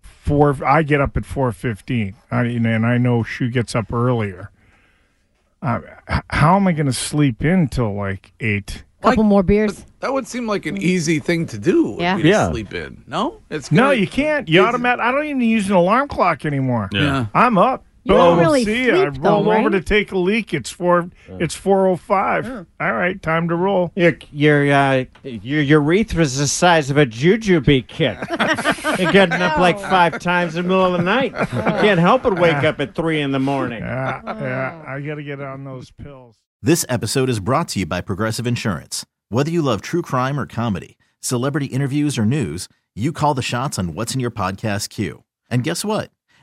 [SPEAKER 5] four. I get up at four fifteen. I mean, and I know Shu gets up earlier. Uh, h- how am I going to sleep in till like eight?
[SPEAKER 4] Couple more beers.
[SPEAKER 3] That would seem like an easy thing to do. would
[SPEAKER 4] Yeah.
[SPEAKER 3] be to
[SPEAKER 5] Yeah.
[SPEAKER 3] sleep in. No, it's
[SPEAKER 5] No,
[SPEAKER 3] gonna-
[SPEAKER 5] you can't. You
[SPEAKER 3] it's-
[SPEAKER 5] automatic. I don't even use an alarm clock anymore.
[SPEAKER 3] Yeah.
[SPEAKER 5] I'm up.
[SPEAKER 3] You don't
[SPEAKER 5] Boom,
[SPEAKER 3] really
[SPEAKER 5] see ya. I
[SPEAKER 3] sleep,
[SPEAKER 5] roll
[SPEAKER 3] though,
[SPEAKER 5] over
[SPEAKER 3] right?
[SPEAKER 5] to take a leak. It's four. It's four oh five. All right, time to roll.
[SPEAKER 11] Your your uh, your urethra's the size of a jujube kit. You're getting up like five times in the middle of the night. You can't help but wake up at three in the morning.
[SPEAKER 5] Yeah,
[SPEAKER 3] Oh.
[SPEAKER 5] yeah, I got to get on those pills.
[SPEAKER 8] This episode is brought to you by Progressive Insurance. Whether you love true crime or comedy, celebrity interviews or news, you call the shots on what's in your podcast queue. And guess what?